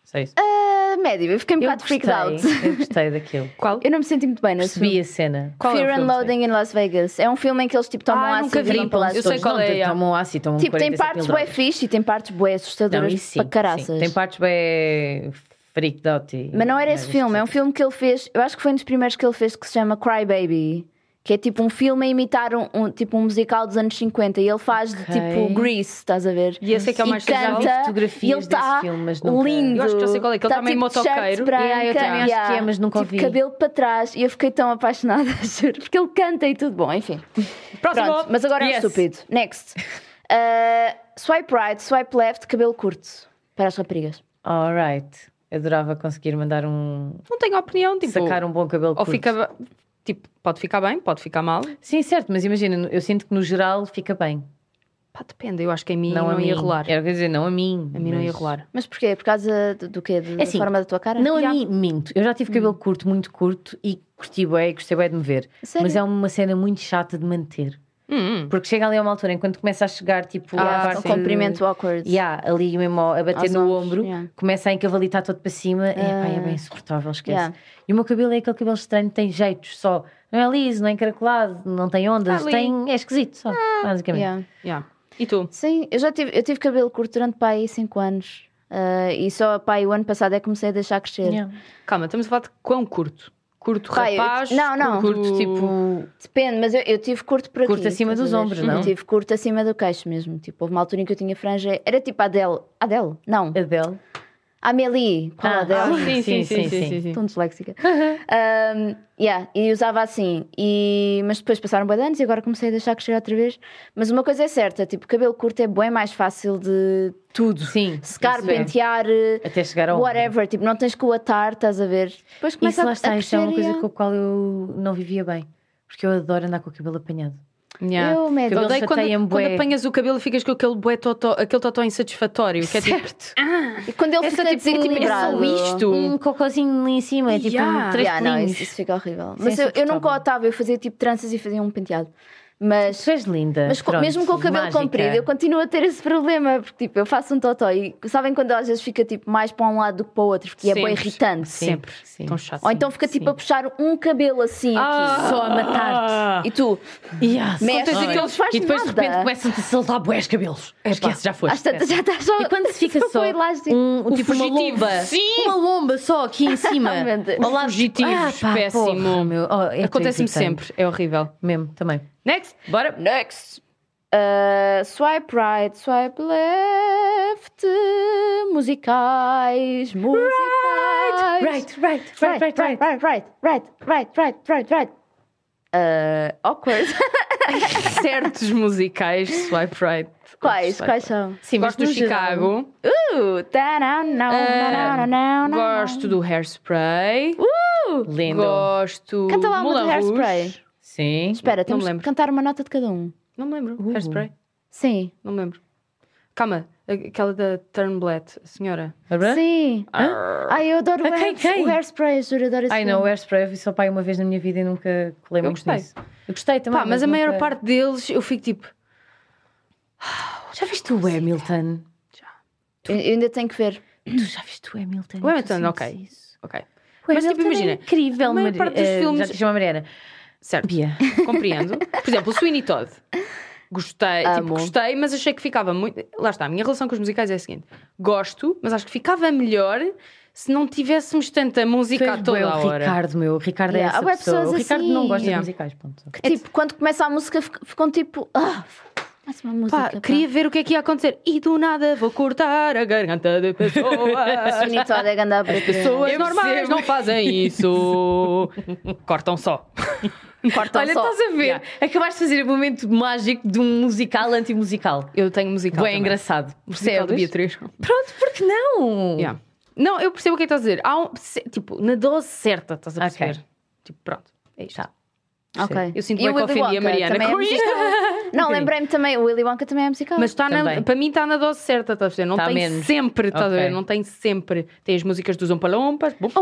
Speaker 3: Só isso.
Speaker 2: Ah, médio, eu fiquei um
Speaker 3: eu
Speaker 2: bocado
Speaker 3: gostei,
Speaker 2: freaked out.
Speaker 3: eu gostei daquilo.
Speaker 1: Qual?
Speaker 2: Eu não me senti muito bem nesse
Speaker 3: Percebi a cena.
Speaker 1: Qual é o
Speaker 2: Fear and
Speaker 1: filme,
Speaker 2: Loading in Las Vegas. É um filme em que eles tipo tomam
Speaker 1: Ah, nunca
Speaker 2: ácido
Speaker 1: vi.
Speaker 2: e vão para Las
Speaker 3: Eu sei
Speaker 2: Vegas.
Speaker 3: qual é.
Speaker 1: Não,
Speaker 3: Tomam ácido, tomam
Speaker 2: Tipo, tem
Speaker 3: 47
Speaker 2: partes bué
Speaker 3: mil dólares.
Speaker 2: fixe e tem partes bué
Speaker 3: Não,
Speaker 2: assustadoras
Speaker 3: isso sim,
Speaker 2: para caraças.
Speaker 3: sim. Tem partes bem freaked out. e-
Speaker 2: Mas não era esse
Speaker 3: Mas
Speaker 2: filme, é um
Speaker 3: isto-
Speaker 2: filme que ele fez, eu acho que foi um dos primeiros que ele fez que se chama Cry Baby, que é tipo um filme a imitar um, um- tipo um musical dos anos 50 e ele faz de
Speaker 3: Ok.
Speaker 2: tipo Grease, estás a ver?
Speaker 1: E esse é que é o
Speaker 2: E
Speaker 1: mais
Speaker 2: canta,
Speaker 1: bizarro.
Speaker 3: vi fotografias
Speaker 2: e ele
Speaker 3: desse
Speaker 2: está
Speaker 3: filme, mas nunca-
Speaker 2: lindo.
Speaker 1: Eu acho que eu sei qual é, que ele
Speaker 2: Tá,
Speaker 1: tá meio
Speaker 2: tipo, de shirt
Speaker 1: motoqueiro.
Speaker 2: branca,
Speaker 3: Yeah, eu também acho
Speaker 2: yeah.
Speaker 3: que é, mas nunca o
Speaker 2: tipo,
Speaker 3: vi.
Speaker 2: cabelo para trás e eu fiquei tão apaixonada, juro, porque ele canta e tudo bom, enfim.
Speaker 1: Próximo.
Speaker 2: Pronto, mas agora é
Speaker 1: Yes.
Speaker 2: estúpido. Next. Uh, swipe right, swipe left, cabelo curto. Para as raparigas.
Speaker 3: Alright. Adorava conseguir mandar um.
Speaker 1: Não tenho opinião, tipo.
Speaker 3: sacar um bom cabelo
Speaker 1: Ou
Speaker 3: curto.
Speaker 1: fica. ba- Tipo, pode ficar bem, pode ficar mal.
Speaker 3: Sim, certo, mas imagina, eu sinto que no geral fica bem.
Speaker 1: Pá, depende. Eu acho que a mim
Speaker 3: não
Speaker 1: não,
Speaker 3: a mim. É.
Speaker 1: ia rolar.
Speaker 3: Era quer dizer, não a mim.
Speaker 1: A mim não ia
Speaker 3: mas-
Speaker 1: rolar.
Speaker 2: Mas porquê? Por causa do, do quê? Do-
Speaker 3: assim,
Speaker 2: da forma da tua cara?
Speaker 3: Não
Speaker 1: Já. Hum.
Speaker 3: a mim, minto. Eu já tive cabelo curto, muito curto e curti bem, gostei bem de me ver.
Speaker 2: Sério?
Speaker 3: Mas é uma cena muito chata de manter.
Speaker 1: Hum, hum.
Speaker 3: Porque chega ali a uma altura, enquanto começa a chegar, tipo,
Speaker 1: Ah,
Speaker 3: à
Speaker 2: Yeah,
Speaker 3: parte-
Speaker 2: um comprimento awkward.
Speaker 3: Yeah, ali mesmo ao- a bater
Speaker 2: Aos
Speaker 3: no
Speaker 2: ombros,
Speaker 3: ombro,
Speaker 2: yeah.
Speaker 3: começa a encavalitar todo para cima, é, pá, é
Speaker 2: Ah.
Speaker 3: bem insuportável, esquece.
Speaker 2: Yeah.
Speaker 3: E o meu cabelo é aquele cabelo estranho, tem jeitos só. Não é liso, não é encaracolado, não tem ondas,
Speaker 1: Tá Ali. Ah,
Speaker 3: tem... é esquisito só, basicamente.
Speaker 2: Yeah.
Speaker 1: yeah. E tu?
Speaker 2: Sim, eu já tive, eu tive cabelo curto durante pá, aí 5 anos. Uh, e só pá, aí o ano passado é que comecei a deixar crescer.
Speaker 3: Yeah.
Speaker 1: Calma, estamos a falar de quão curto? Curto
Speaker 2: Pá, eu-
Speaker 1: rapaz?
Speaker 2: não, não.
Speaker 1: Curto,
Speaker 3: Curto,
Speaker 1: tipo...
Speaker 3: tipo,
Speaker 2: Depende, mas eu, eu tive curto por aqui.
Speaker 3: Curto acima
Speaker 2: estás a
Speaker 3: dos
Speaker 2: ver?
Speaker 3: ombros, não?
Speaker 2: Eu tive curto acima do queixo mesmo. Tipo, houve uma altura em que eu tinha franja. Era tipo a Adele. Adele? Não.
Speaker 3: Adele.
Speaker 2: Amélie. Qual é a Adele?
Speaker 1: Ah, sim, sim, sim, sim, sim, sim.
Speaker 2: Tão disléxica. Um, yeah, e usava assim. E, mas depois passaram bué de anos e agora comecei a deixar crescer outra vez. Mas uma coisa é certa, tipo, cabelo curto é bem mais fácil de
Speaker 3: Tudo. Sim.
Speaker 2: secar,
Speaker 3: isso é.
Speaker 1: tipo,
Speaker 2: pentear, eh,
Speaker 3: Até chegar ao ombro.
Speaker 2: whatever. Tipo, não tens que o atar, estás a ver? Depois começa
Speaker 3: Isso lá
Speaker 2: a, a
Speaker 3: está, isto
Speaker 2: crescer.
Speaker 3: é uma coisa
Speaker 2: yeah.
Speaker 3: com a qual eu não vivia bem. Porque eu adoro andar com o cabelo apanhado.
Speaker 1: Yeah.
Speaker 2: Eu, médio.
Speaker 3: Cabelo
Speaker 1: Odeio quando,
Speaker 3: chateia-me
Speaker 1: quando
Speaker 3: bué.
Speaker 1: apanhas o cabelo e ficas com aquele bué totó, aquele totó insatisfatório. Que é tipo,
Speaker 2: E quando ele
Speaker 1: é só
Speaker 2: fica
Speaker 1: tipo, tipo, é só
Speaker 2: desequilibrado.
Speaker 1: isto.
Speaker 3: Um cocôzinho ali em cima, tipo
Speaker 1: Yeah.
Speaker 3: três
Speaker 2: Yeah, não,
Speaker 3: pelinhos.
Speaker 2: isso, isso fica horrível.
Speaker 3: Sim,
Speaker 2: Mas eu, eu nunca o
Speaker 3: insuportável.
Speaker 2: atava, eu fazia tipo tranças e fazia um penteado. Mas
Speaker 3: Tu és linda.
Speaker 2: Mas co-
Speaker 3: pronto,
Speaker 2: mesmo com o cabelo
Speaker 3: mágica.
Speaker 2: comprido, eu continuo a ter esse problema, porque tipo, eu faço um totó e sabem quando às vezes fica tipo mais para um lado do que para o outro, porque é bem
Speaker 1: Sempre.
Speaker 2: irritante.
Speaker 1: sempre.
Speaker 3: sim.
Speaker 1: Tão chato.
Speaker 2: Ou então fica tipo a puxar um cabelo assim
Speaker 1: Ah,
Speaker 2: aqui.
Speaker 3: Só a matar-te.
Speaker 2: E tu,
Speaker 3: Yeah, só
Speaker 2: Mexe,
Speaker 3: tens
Speaker 2: não
Speaker 3: aqueles-
Speaker 2: faz
Speaker 3: E depois de
Speaker 2: nada.
Speaker 3: repente começam-te a saltar bués cabelos. Esquece, já
Speaker 2: às
Speaker 3: foste.
Speaker 2: tantas já estás só.
Speaker 3: E quando se fica
Speaker 2: com
Speaker 3: só
Speaker 2: o elástico.
Speaker 3: um,
Speaker 1: O
Speaker 3: tipo uma
Speaker 1: fugitivo,
Speaker 3: lomba,
Speaker 1: sim!
Speaker 3: uma lomba só aqui em cima,
Speaker 2: Exatamente.
Speaker 3: ao lado
Speaker 1: Fugitivos, péssimo.
Speaker 3: Ah, porra, meu. Oh, é tão
Speaker 1: Acontece-me
Speaker 3: irritante.
Speaker 1: sempre. É horrível.
Speaker 3: Mesmo, também.
Speaker 1: Next. Bora.
Speaker 2: Next. Uh, swipe right, swipe left. Musicais, musicais.
Speaker 3: Right, right, right, right, right.
Speaker 2: right, right, right, right, right, right, right. Uh, awkward.
Speaker 1: Certos musicais, swipe right. Swipe
Speaker 2: quais? Quais
Speaker 1: right.
Speaker 2: são?
Speaker 3: Sim, mas
Speaker 1: Gosto do
Speaker 3: no geral-
Speaker 1: Chicago.
Speaker 2: Uh, tarau, não,
Speaker 1: Ah,
Speaker 2: não, não, não, não,
Speaker 1: Gosto do Hairspray.
Speaker 3: Lindo.
Speaker 1: Gosto.
Speaker 2: Canta lá uma do
Speaker 1: Moulin Rouge.
Speaker 2: Hairspray.
Speaker 3: Sim.
Speaker 2: Espera,
Speaker 1: Não me
Speaker 2: temos que
Speaker 1: lembro.
Speaker 2: cantar uma nota de cada um.
Speaker 1: Não me lembro.
Speaker 3: Uh.
Speaker 1: Hairspray.
Speaker 2: Sim.
Speaker 1: Não me lembro. Calma. Aquela da Turnblad, a senhora.
Speaker 3: Agora?
Speaker 2: Sim.
Speaker 1: Arr.
Speaker 2: Ai, eu adoro
Speaker 3: Ah,
Speaker 2: o,
Speaker 3: quem,
Speaker 2: hair,
Speaker 3: quem?
Speaker 2: o hairspray, juro, adoro esse
Speaker 3: Ai não, o
Speaker 2: filme.
Speaker 3: Airspray eu vi só pai uma vez na minha vida e nunca colei
Speaker 1: Eu
Speaker 3: muito
Speaker 1: gostei.
Speaker 3: nisso. Eu gostei também.
Speaker 1: Pá, mas a maior
Speaker 3: nunca-
Speaker 1: parte deles eu fico tipo.
Speaker 3: Já viste o Hamilton?
Speaker 2: Eu, eu ainda tenho que ver. É
Speaker 3: Tu já viste o Hamilton?
Speaker 1: O Hamilton,
Speaker 3: Tu sentes
Speaker 1: ok.
Speaker 3: isso?
Speaker 1: Ok.
Speaker 3: O
Speaker 1: Mas, tipo,
Speaker 3: Hamilton é
Speaker 1: imagina,
Speaker 3: Incrível,
Speaker 1: a maior
Speaker 3: Mari-
Speaker 1: parte dos
Speaker 3: eh,
Speaker 1: filmes-
Speaker 3: Já te chama Mariana.
Speaker 1: Certo.
Speaker 3: Bia.
Speaker 1: Compreendo. Por exemplo, o Sweeney Todd. Gostei, tipo,
Speaker 2: Amo.
Speaker 1: gostei, mas achei que ficava muito. Lá está, a minha relação com os musicais é a seguinte: gosto, mas acho que ficava melhor se não tivéssemos tanta
Speaker 3: Tu
Speaker 1: música
Speaker 3: és
Speaker 1: a
Speaker 3: bué
Speaker 1: toda a
Speaker 3: o
Speaker 1: hora.
Speaker 3: Ricardo, meu. O Ricardo
Speaker 2: Yeah, há
Speaker 3: é
Speaker 2: bué
Speaker 3: essa pessoa.
Speaker 2: pessoas
Speaker 3: O Ricardo não
Speaker 2: assim.
Speaker 3: gosta
Speaker 1: Yeah.
Speaker 3: de musicais, ponto.
Speaker 2: Que,
Speaker 1: É
Speaker 2: tipo, quando começa a música, fic- ficam tipo. Ah, mais uma música.
Speaker 1: Pá,
Speaker 2: pá.
Speaker 1: queria ver o que é que ia acontecer. E do nada vou cortar a garganta da pessoa.
Speaker 2: Sweeney Todd é ganda
Speaker 1: Pessoas normais não fazem isso. Cortam só.
Speaker 2: cortam
Speaker 3: Olha,
Speaker 1: tá.
Speaker 2: só.
Speaker 3: estás a ver?
Speaker 1: Yeah.
Speaker 3: Acabaste de fazer o momento mágico de um musical anti-musical.
Speaker 1: Eu tenho musical.
Speaker 3: Bem
Speaker 1: também.
Speaker 3: engraçado.
Speaker 1: Musical de
Speaker 3: Percebes?
Speaker 1: Beatriz.
Speaker 3: Pronto, porque não?
Speaker 1: Yeah. Não, eu percebo o que é que estás a dizer. Há um, se- tipo, na dose certa, estás a
Speaker 3: Ok.
Speaker 1: perceber? Tipo, pronto. É isto.
Speaker 3: Tá.
Speaker 2: Ok.
Speaker 1: Eu sinto
Speaker 2: E
Speaker 1: bem
Speaker 2: o
Speaker 1: que ofendi
Speaker 2: Willy
Speaker 1: a
Speaker 2: Wonka também
Speaker 1: Mariana
Speaker 2: é
Speaker 1: com isto.
Speaker 2: musical. Não,
Speaker 1: bocadinho.
Speaker 2: lembrei-me também, o Willy Wonka também é musical.
Speaker 1: Mas está na-
Speaker 3: Também.
Speaker 1: para mim está na dose certa, estás a ver? Não
Speaker 3: Tá
Speaker 1: tem
Speaker 3: menos.
Speaker 1: sempre, estás a ver?
Speaker 3: Ok.
Speaker 1: Não tem sempre. Tem as músicas dos Ompalompas.
Speaker 2: Lumpa,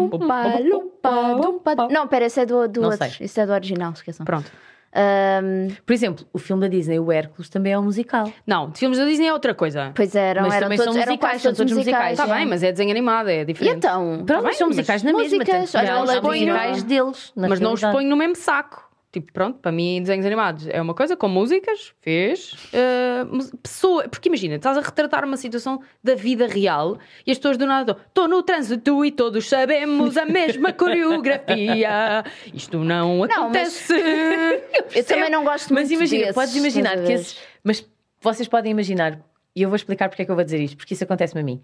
Speaker 2: lumpa, lumpa. Não, pera, esse é do, do
Speaker 3: Não
Speaker 2: outro.
Speaker 3: sei.
Speaker 2: Isso é do original, esqueçam.
Speaker 1: Pronto.
Speaker 2: Ahm,
Speaker 3: Por exemplo, o filme da Disney, o Hércules, também é um musical.
Speaker 1: Não, de filmes da Disney é outra coisa.
Speaker 2: pois eram,
Speaker 3: Mas
Speaker 2: eram
Speaker 3: também
Speaker 2: todos,
Speaker 3: são
Speaker 2: eram
Speaker 3: musicais,
Speaker 2: quase
Speaker 3: são todos musicais. Tá
Speaker 1: Está bem, mas é desenho animado, é
Speaker 2: E
Speaker 1: diferente.
Speaker 2: então?
Speaker 3: Pronto,
Speaker 1: bem,
Speaker 3: mas são
Speaker 1: mas
Speaker 3: musicais na mesma.
Speaker 2: músicas,
Speaker 3: tanto que
Speaker 2: olha,
Speaker 3: não,
Speaker 2: elas
Speaker 3: há
Speaker 2: põem-
Speaker 3: musicais deles, na
Speaker 1: mas não os
Speaker 3: realidade.
Speaker 1: ponho no mesmo saco. Tipo, pronto, para mim, desenhos animados é uma coisa, com músicas, fez. eh, mus- pessoa, porque imagina, estás a retratar uma situação da vida real e as pessoas do nada estou no trânsito e todos sabemos a mesma coreografia. Isto não
Speaker 2: Não,
Speaker 1: acontece.
Speaker 2: mas- Eu também não gosto muito
Speaker 3: Mas imagina,
Speaker 2: desses,
Speaker 3: podes imaginar
Speaker 2: estás a
Speaker 3: que
Speaker 2: ver?
Speaker 3: esses. Mas vocês podem imaginar, e eu vou explicar porque é que eu vou dizer isto, porque isso acontece-me a mim.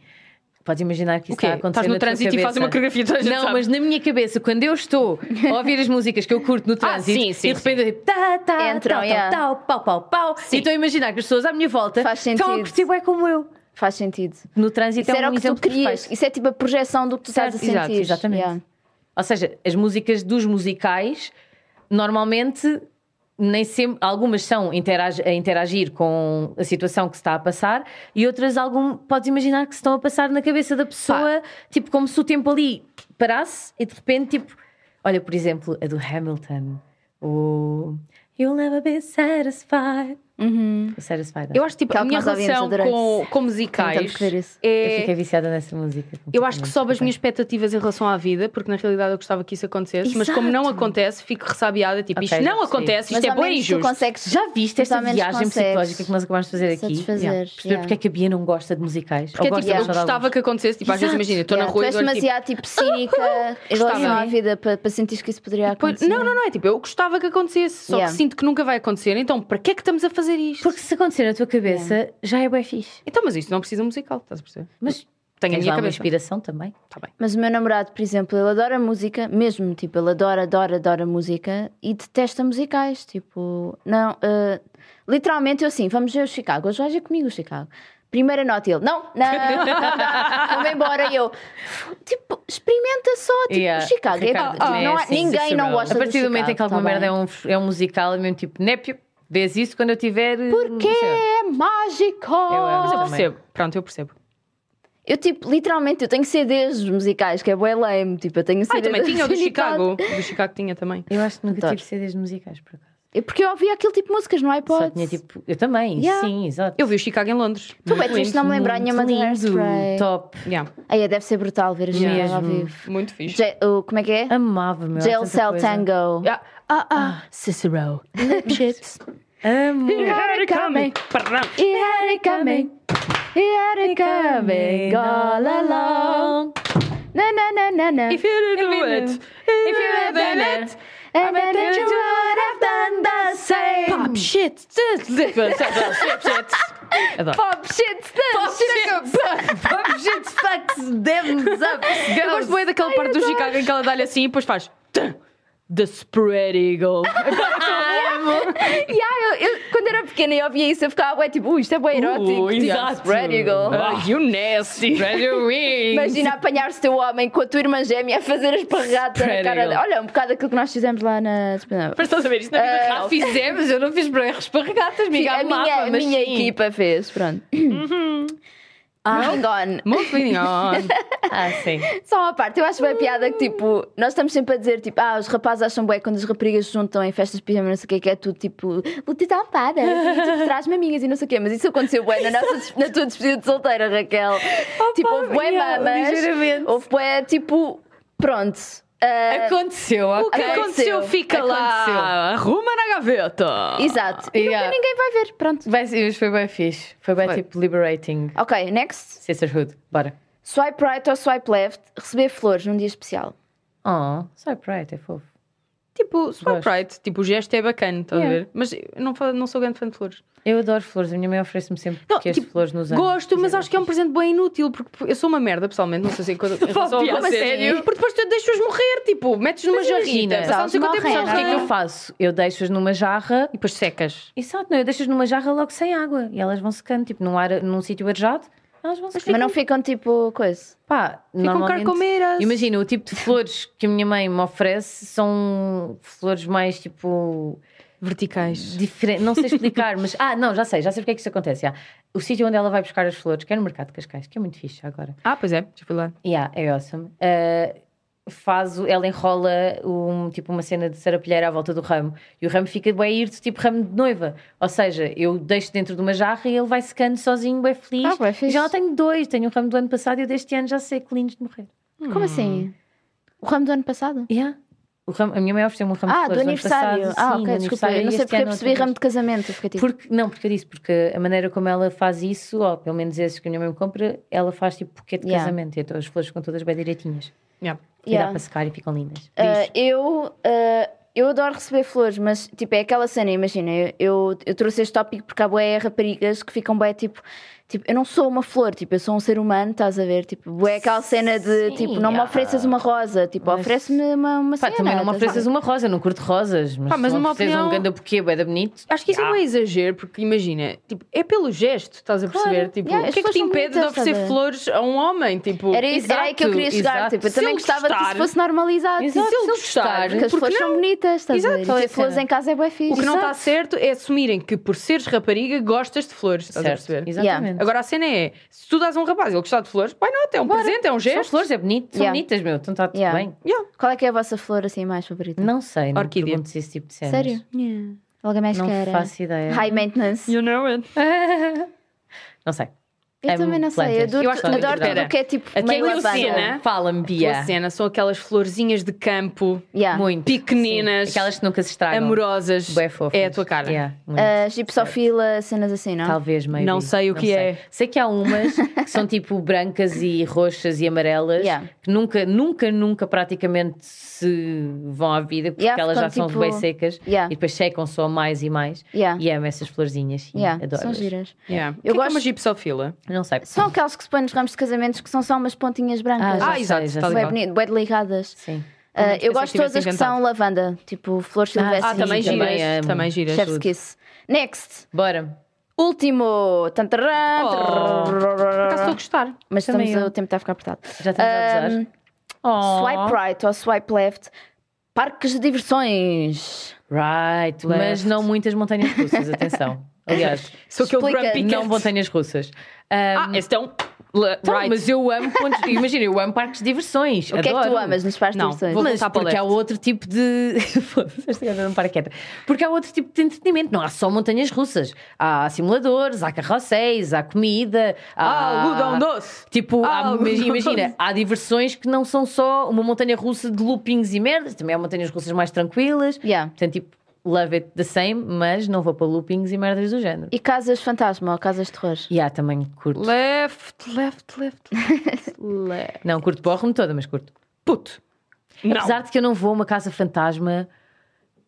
Speaker 3: Podes imaginar que isso
Speaker 1: o quê?
Speaker 3: está a acontecer.
Speaker 1: Estás no
Speaker 3: na tua
Speaker 1: trânsito e
Speaker 3: cabeça.
Speaker 1: fazes uma coreografia toda a gente
Speaker 3: Não,
Speaker 1: sabe.
Speaker 3: mas na minha cabeça, quando eu estou a ouvir as músicas que eu curto no trânsito,
Speaker 1: sim, sim,
Speaker 3: e de repente eu digo, tá, tá,
Speaker 2: Entram,
Speaker 3: tal, tal,
Speaker 2: yeah.
Speaker 3: tal, pau, pau, pau, e estou a imaginar que as pessoas à minha volta
Speaker 2: Faz
Speaker 3: estão a
Speaker 2: sentido.
Speaker 3: curtir bem como eu.
Speaker 2: Faz sentido.
Speaker 3: No trânsito
Speaker 2: Isso
Speaker 3: é
Speaker 2: era
Speaker 3: um
Speaker 2: o que tu
Speaker 3: exemplo
Speaker 2: querias.
Speaker 3: perfeito.
Speaker 2: Isso é tipo a projeção do que tu estás a
Speaker 3: Certo, exato,
Speaker 2: sentir.
Speaker 3: exatamente.
Speaker 2: Yeah.
Speaker 3: Ou seja, as músicas dos musicais normalmente nem sempre, algumas são interage- a interagir com a situação que se está a passar e outras algum, podes imaginar que se estão a passar na cabeça da pessoa, tipo como se o tempo ali parasse e de repente tipo, olha por exemplo, a do Hamilton, o You'll never be satisfied.
Speaker 2: Uhum.
Speaker 3: satisfied.
Speaker 1: Eu acho tipo,
Speaker 2: Que é
Speaker 1: a
Speaker 2: o que
Speaker 1: minha
Speaker 2: nós ouvimos
Speaker 1: relação
Speaker 2: durante-
Speaker 1: com, com
Speaker 2: Tenho
Speaker 1: musicais
Speaker 2: tanto que ver isso.
Speaker 3: Eu
Speaker 1: é.
Speaker 3: fiquei viciada nessa música.
Speaker 1: Eu acho que sobe as
Speaker 3: completamente.
Speaker 1: minhas expectativas em relação à vida, porque na realidade eu gostava que isso acontecesse, mas como
Speaker 3: Exato.
Speaker 1: não acontece, fico ressabiada, tipo,
Speaker 3: Ok,
Speaker 1: isto
Speaker 3: já
Speaker 1: não
Speaker 3: percebi.
Speaker 1: acontece,
Speaker 2: Mas
Speaker 1: isto é
Speaker 2: ao
Speaker 1: bom
Speaker 2: menos tu
Speaker 1: injusto.
Speaker 2: consegues.
Speaker 3: Já viste esta
Speaker 2: Totalmente
Speaker 3: viagem
Speaker 2: consegues
Speaker 3: psicológica que nós acabámos de fazer aqui?
Speaker 2: satisfazer,
Speaker 3: Yeah. Perceber
Speaker 2: yeah.
Speaker 3: porque é que a Bia não gosta de musicais.
Speaker 1: Porque é
Speaker 3: Ou
Speaker 1: tipo,
Speaker 3: gosta, mas
Speaker 1: eu
Speaker 3: não dá
Speaker 1: gostava
Speaker 3: gosto.
Speaker 1: que acontecesse, tipo, às vezes
Speaker 3: Exato.
Speaker 1: imagina, estou na
Speaker 2: Yeah,
Speaker 1: rua
Speaker 2: tu
Speaker 1: e
Speaker 2: és
Speaker 1: dou tipo,
Speaker 2: demasiado tipo,
Speaker 3: Ah,
Speaker 2: cínica em relação
Speaker 1: Gostava.
Speaker 2: à vida para, para sentir que isso poderia
Speaker 1: pois,
Speaker 2: acontecer.
Speaker 1: não, não, não, é tipo, eu gostava que acontecesse, só
Speaker 2: Yeah.
Speaker 1: que sinto que nunca vai acontecer, então para que é que estamos a fazer isto?
Speaker 3: Porque se acontecer na tua cabeça, já é bem fixe.
Speaker 1: Então, mas isto não precisa de musical, estás a perceber?
Speaker 3: Mas
Speaker 1: Tenho a
Speaker 3: tens
Speaker 1: minha
Speaker 3: lá uma
Speaker 1: cabeça.
Speaker 3: inspiração também.
Speaker 2: Tipo,
Speaker 1: Tá bem.
Speaker 2: Mas o meu namorado, por exemplo, ele adora música, mesmo, tipo, ele adora, adora, adora música e detesta musicais, tipo, não, eh, literalmente eu assim, vamos ver o Chicago, hoje vais ver comigo o Chicago. Primeira nota, ele, não, não, não, dá, vou-me embora, e eu, tipo, experimenta só, tipo, o Chicago, é-
Speaker 3: Ricardo,
Speaker 2: tipo, não há-
Speaker 3: assim,
Speaker 2: ninguém não
Speaker 3: Cicero.
Speaker 2: gosta tá
Speaker 3: A partir do, momento em que alguma merda é um, é um musical, é mesmo tipo, népio, vês isso quando eu tiver. hum,
Speaker 2: Porquê? É mágico!
Speaker 3: Eu amo.
Speaker 1: Mas eu
Speaker 3: Também.
Speaker 1: percebo, pronto, eu percebo.
Speaker 2: Eu, tipo, literalmente, eu tenho CDs musicais, que é bué lame, tipo, eu tenho
Speaker 1: Ah,
Speaker 2: CDs
Speaker 1: eu também tinha o do
Speaker 2: musical.
Speaker 1: Chicago, o do Chicago tinha também.
Speaker 3: Eu acho que nunca
Speaker 2: Adoro.
Speaker 3: tive CDs de musicais, por acaso.
Speaker 2: É Porque eu ouvia aquele tipo de músicas no iPod.
Speaker 3: Só tinha tipo. Eu também,
Speaker 2: Yeah.
Speaker 3: sim, exato.
Speaker 1: Eu vi o Chicago em Londres.
Speaker 2: Tu bem triste não me lembrar
Speaker 3: Muito
Speaker 2: nenhuma de
Speaker 3: lindo,
Speaker 2: Hairspray.
Speaker 3: Top.
Speaker 1: Yeah,
Speaker 2: Aí é, deve ser brutal ver a
Speaker 3: Yeah.
Speaker 2: Chicago ao
Speaker 3: Mesmo.
Speaker 2: vivo.
Speaker 1: muito fixe.
Speaker 2: Ja- o- como é que é?
Speaker 3: Amava, meu.
Speaker 2: Jail
Speaker 3: Ah, tanta
Speaker 2: Cell
Speaker 3: coisa.
Speaker 2: Tango.
Speaker 1: Yeah. Ah, ah, Cicero. Chips.
Speaker 3: Amo.
Speaker 1: You had it coming. Parram.
Speaker 2: Here it coming. Here it coming. All along. Na na na na na.
Speaker 3: É
Speaker 1: If you didn't do it, if you
Speaker 2: had done
Speaker 1: hadn't
Speaker 2: it, And I bet you would have done the same.
Speaker 1: pop shit, Adoro.
Speaker 2: Pop shit. Pop
Speaker 3: Vamos, gente, fucks, devs up.
Speaker 1: Eu gosto bem daquela parte do Chicago em que ela dá-lhe assim e depois faz "Tum, The Spread Eagle.
Speaker 2: Yeah, eu, eu, quando era pequena e ouvia isso, eu ficava ué, tipo, "Ui, isto é bem erótico.
Speaker 1: Uh,
Speaker 2: tipo,
Speaker 1: exato.
Speaker 2: Spread Eagle.
Speaker 1: Ah, you nasty. Spread your wings.
Speaker 2: Imagina apanhar-se teu homem com a tua irmã gêmea a fazer as esparragata na
Speaker 1: Spread
Speaker 2: cara
Speaker 1: eagle.
Speaker 2: dela. Olha, um bocado aquilo que nós fizemos lá na.
Speaker 1: Mas estás a ver isto na vida
Speaker 2: Ah,
Speaker 1: real?
Speaker 3: Fizemos, eu não fiz erros para regatas,
Speaker 2: Sim,
Speaker 3: amiga.
Speaker 2: a minha, a minha equipa fez, ppronto. Moving on.
Speaker 1: Ah. Moving on.
Speaker 3: Ah, sim.
Speaker 2: Só uma parte, eu acho bem piada que tipo, nós estamos sempre a dizer tipo, ah, os rapazes acham bué quando as raparigas se juntam em festas de pijama, não sei o que, que é tudo tipo, vou te dar um pada, e, tipo, traz maminhas e não sei o que, mas isso aconteceu bué na, nossa, na tua despedida de solteira, Raquel. tipo, houve bué
Speaker 3: yeah,
Speaker 2: mamas,
Speaker 3: ligeiramente.
Speaker 2: houve bué tipo, pronto. ah,
Speaker 3: Aconteceu,
Speaker 1: O que aconteceu fica
Speaker 3: Aconteceu.
Speaker 1: lá. Arruma na gaveta.
Speaker 2: Exato. E
Speaker 3: Ah. Yeah.
Speaker 2: nunca ninguém vai ver, pronto.
Speaker 3: Vai, ser- mas foi bem fixe. Foi bem
Speaker 1: Foi.
Speaker 3: tipo liberating.
Speaker 2: Ok, next.
Speaker 3: Sisterhood, bora.
Speaker 2: Swipe right ou swipe left, receber flores num dia especial.
Speaker 3: Oh, sai pride, é fofo.
Speaker 1: Tipo, swipe
Speaker 3: Gosto.
Speaker 1: right. Tipo, o gesto é bacana, estás a
Speaker 3: Yeah.
Speaker 1: ver? Mas eu não, fa- não sou grande fã de flores.
Speaker 3: Eu adoro flores, a minha mãe oferece-me sempre
Speaker 1: Não,
Speaker 3: buquês de
Speaker 1: tipo,
Speaker 3: flores nos anos.
Speaker 1: Gosto, mas acho que é um presente bem inútil, porque eu sou uma merda, pessoalmente, não sei se é em coisa- em relação a
Speaker 3: Pá,
Speaker 1: vocês.
Speaker 3: sério?
Speaker 1: Porque depois tu deixas morrer, tipo, metes numa
Speaker 3: Mas
Speaker 1: jarrita,
Speaker 3: imagina,
Speaker 1: passado não sei quanto tempo já
Speaker 2: morrem,
Speaker 3: Sabes o que é que eu
Speaker 1: morreram.
Speaker 3: faço? Eu deixo-as numa jarra
Speaker 1: E depois secas.
Speaker 3: Exato, não, eu deixo-as numa jarra logo sem água e elas vão secando, tipo num, ar, num sítio arejado Elas vão se
Speaker 2: Mas não ficam tipo coisa.
Speaker 3: Pá,
Speaker 1: Ficam
Speaker 3: normalmente...
Speaker 1: carcomeiras.
Speaker 3: Imagina, o tipo de flores que a minha mãe me oferece são flores mais tipo.
Speaker 1: Verticais.
Speaker 3: Diferente, não sei explicar, mas. Ah, não, já sei, já sei porque é que isso acontece. já. O sítio onde ela vai buscar as flores, que é no Mercado de Cascais, que é muito fixe agora.
Speaker 1: Ah, pois é, já fui lá.
Speaker 3: Yeah, é awesome. Uh, faz, o- ela enrola um, tipo uma cena de sarapilheira à volta do ramo e o ramo fica bem irto, tipo ramo de noiva. Ou seja, eu deixo dentro de uma jarra e ele vai secando sozinho, bem feliz.
Speaker 2: Ah, bué
Speaker 3: e
Speaker 2: fixe.
Speaker 3: já tenho dois, tenho um ramo do ano passado e o deste ano já sei que lindos de morrer.
Speaker 2: Como assim? O ramo do ano passado?
Speaker 3: Yeah. O ramo, a minha mãe ofereceu-me um ramo
Speaker 2: Ah,
Speaker 3: de flores
Speaker 2: do aniversário.
Speaker 3: Ano passado,
Speaker 2: ah,
Speaker 3: sim,
Speaker 2: ok,
Speaker 3: do
Speaker 2: desculpa.
Speaker 3: aniversário,
Speaker 2: Eu não
Speaker 3: e
Speaker 2: sei
Speaker 3: este
Speaker 2: porque eu
Speaker 3: ano outra
Speaker 2: percebi
Speaker 3: vez.
Speaker 2: ramo de casamento. Eu Fiquei tipo,
Speaker 3: Porque, não, porque eu disse, porque a maneira como ela faz isso, ou pelo menos esses que a minha mãe me compra, ela faz tipo buquê de
Speaker 2: Yeah.
Speaker 3: casamento. Então as flores ficam todas bem direitinhas.
Speaker 1: Yeah.
Speaker 3: E dá
Speaker 2: Yeah.
Speaker 3: para secar e ficam lindas.
Speaker 2: Ah, eu, ah, eu adoro receber flores, mas tipo, é aquela cena, imagina, eu, eu, eu trouxe este tópico porque há bué raparigas que ficam bué tipo, tipo, eu não sou uma flor, tipo, eu sou um ser humano, estás a ver? Tipo, bué aquela cena de
Speaker 3: Sim,
Speaker 2: tipo, não me
Speaker 3: ah.
Speaker 2: ofereças uma rosa, tipo,
Speaker 3: Mas-
Speaker 2: oferece-me uma, uma
Speaker 3: Pá,
Speaker 2: cena.
Speaker 3: também não me
Speaker 2: estás a ver?
Speaker 3: ofereças uma rosa, não curto rosas, mas,
Speaker 1: tá Pá, mas
Speaker 3: se me
Speaker 1: numa
Speaker 3: ofereces um
Speaker 1: opinião-
Speaker 3: ganda buquê, bué da bonito.
Speaker 1: Acho que isso
Speaker 3: yeah.
Speaker 1: é um exagero, porque imagina, tipo, é pelo gesto, estás a perceber? Tipo,
Speaker 2: Yeah,
Speaker 1: o que é
Speaker 2: as
Speaker 1: que te
Speaker 2: pessoas são
Speaker 1: impede de
Speaker 2: bonitas,
Speaker 1: oferecer
Speaker 2: sabe?
Speaker 1: flores a um homem? Tipo,
Speaker 2: Era, isso- era aí que eu
Speaker 1: exato,
Speaker 2: queria chegar,
Speaker 1: exato.
Speaker 2: tipo, eu
Speaker 1: Se
Speaker 2: também
Speaker 1: ele
Speaker 2: gostava que
Speaker 1: gostar,
Speaker 2: isso fosse normalizado. tipo,
Speaker 1: se
Speaker 3: Exato,
Speaker 1: ele
Speaker 3: se ele
Speaker 1: gostar,
Speaker 3: gostar,
Speaker 2: Porque as
Speaker 1: porque
Speaker 2: flores
Speaker 1: não?
Speaker 2: são bonitas, estás
Speaker 1: Exato,
Speaker 2: a ver? E
Speaker 3: é
Speaker 2: ter
Speaker 3: a
Speaker 2: flores
Speaker 3: cena.
Speaker 2: em casa é bué fixe.
Speaker 1: O
Speaker 3: tá
Speaker 1: que não está
Speaker 2: Exato.
Speaker 1: certo é assumirem que por seres rapariga gostas de flores, estás a
Speaker 3: Certo,
Speaker 1: perceber?
Speaker 3: exatamente.
Speaker 2: Yeah.
Speaker 1: Agora a cena é, se tu dás a um rapaz e ele gostar de flores, pai não, é um presente, é um
Speaker 3: São
Speaker 1: gesto.
Speaker 3: flores, é bonito, são
Speaker 2: Yeah.
Speaker 3: bonitas, meu, então está tudo
Speaker 2: Yeah.
Speaker 3: bem.
Speaker 2: Qual é que é a vossa flor assim mais favorita?
Speaker 3: Não sei, não
Speaker 1: Orquídea.
Speaker 3: pergunto se esse tipo de cenas.
Speaker 2: Sério? Logo a mais
Speaker 3: Não
Speaker 2: cara.
Speaker 3: faço ideia.
Speaker 2: High maintenance.
Speaker 1: You know it.
Speaker 3: Não sei.
Speaker 2: Eu
Speaker 3: É
Speaker 2: também não sei, eu
Speaker 3: plantas.
Speaker 2: adoro,
Speaker 1: Eu acho que
Speaker 2: adoro
Speaker 1: também.
Speaker 2: tudo o que é tipo
Speaker 1: Até
Speaker 2: meio
Speaker 1: a
Speaker 2: lavanda.
Speaker 1: Lucena.
Speaker 3: Fala-me,
Speaker 1: Yeah.
Speaker 3: Bia.
Speaker 1: A cena são aquelas florzinhas de campo,
Speaker 2: Yeah.
Speaker 3: Muito.
Speaker 1: pequeninas,
Speaker 3: Sim. Aquelas que nunca se estragam.
Speaker 1: amorosas.
Speaker 3: Bué fofas.
Speaker 1: É a tua cara.
Speaker 3: Yeah, muito.
Speaker 2: Ah, gipsofila, cenas assim, não?
Speaker 3: Talvez, meio.
Speaker 1: Não sei o que é.
Speaker 3: Sei que há umas que são tipo brancas e roxas e amarelas
Speaker 2: Yeah.
Speaker 3: que nunca, nunca, nunca praticamente se vão à vida porque
Speaker 2: Yeah,
Speaker 3: elas já
Speaker 2: ficam
Speaker 3: são
Speaker 2: tipo-
Speaker 3: bem secas
Speaker 2: Yeah.
Speaker 3: e depois secam só mais e mais.
Speaker 2: Yeah.
Speaker 3: E amo essas florzinhas. Sim,
Speaker 2: Yeah,
Speaker 3: Adoro.
Speaker 2: São giras.
Speaker 1: Yeah. O que
Speaker 2: Eu
Speaker 1: é que é
Speaker 2: gosto-
Speaker 1: uma gipsofila?
Speaker 3: Não sei.
Speaker 2: São aquelas que se põem nos ramos de casamentos que são só umas pontinhas brancas.
Speaker 1: já
Speaker 3: sei, é.
Speaker 1: exato,
Speaker 3: Ah, já
Speaker 1: tá
Speaker 3: sei.
Speaker 2: Bué
Speaker 1: legal.
Speaker 2: bonito, bué ligadas.
Speaker 3: Sim.
Speaker 2: Ah, eu
Speaker 1: pensei
Speaker 2: gosto
Speaker 1: que
Speaker 2: de todas as
Speaker 1: tivesse
Speaker 2: que são lavanda, tipo flores silvestres.
Speaker 1: Ah, também
Speaker 3: sim,
Speaker 1: giras.
Speaker 3: também
Speaker 1: Também,
Speaker 3: amo.
Speaker 1: giras.
Speaker 2: Chef's kiss. Next,
Speaker 3: Bora.
Speaker 2: último. Tantarã,
Speaker 1: Oh. Por acaso estou a gostar.
Speaker 2: Mas
Speaker 3: Também
Speaker 2: estamos,
Speaker 3: eu.
Speaker 2: o tempo está a ficar apertado.
Speaker 3: Já estamos a
Speaker 2: Ahm,
Speaker 3: abusar. Oh.
Speaker 2: Swipe right ou swipe left. Parques de diversões.
Speaker 1: Left.
Speaker 3: Right. Mas não muitas montanhas russas, atenção. Aliás,
Speaker 1: Sou aquele
Speaker 2: Explica.
Speaker 1: grumpy
Speaker 3: não
Speaker 1: cat.
Speaker 3: montanhas russas.
Speaker 1: Ah,
Speaker 3: Ahm,
Speaker 1: esse é um... le-
Speaker 3: Então,
Speaker 1: right.
Speaker 3: Mas eu amo pontos. Imagina, eu amo parques de diversões.
Speaker 2: O que é que tu
Speaker 3: adoro.
Speaker 2: amas nos parques
Speaker 1: Não,
Speaker 2: de diversões?
Speaker 1: vou-
Speaker 3: Mas
Speaker 1: voltar para o
Speaker 3: porque há
Speaker 1: leste.
Speaker 3: outro tipo de. Foda-se, esta gaja não para quieta. Porque há outro tipo de entretenimento. Não há só montanhas russas. Há simuladores, há carrosséis, há comida.
Speaker 1: Ah,
Speaker 3: Há
Speaker 1: algodão doce.
Speaker 3: Tipo, há-
Speaker 1: Ah, algodão
Speaker 3: imagina,
Speaker 1: doce.
Speaker 3: há diversões que não são só uma montanha russa de loopings e merdas. Também há montanhas russas mais tranquilas.
Speaker 2: Yeah.
Speaker 3: Portanto, tipo, love it the same, mas não vou para loopings e merdas do género.
Speaker 2: E casas fantasma ou casas de terror?
Speaker 3: E há também curto.
Speaker 1: Left, left, left, left, left.
Speaker 3: Não, curto borro-me toda, mas curto.
Speaker 1: Puto. Não.
Speaker 3: Apesar de que eu não vou a uma casa fantasma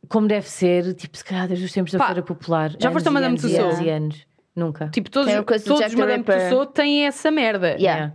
Speaker 3: como deve ser, tipo, se calhar desde os tempos da
Speaker 1: Pá,
Speaker 3: Feira Popular.
Speaker 1: já foste a Madame
Speaker 3: anos, e
Speaker 1: Tussauds?
Speaker 3: anos e anos. Nunca.
Speaker 1: Tipo, todos,
Speaker 2: Tem a coisa do
Speaker 1: todos
Speaker 2: Jack
Speaker 1: os
Speaker 2: the
Speaker 1: Madame
Speaker 2: Ripper.
Speaker 1: Tussauds têm essa merda.
Speaker 2: Yeah.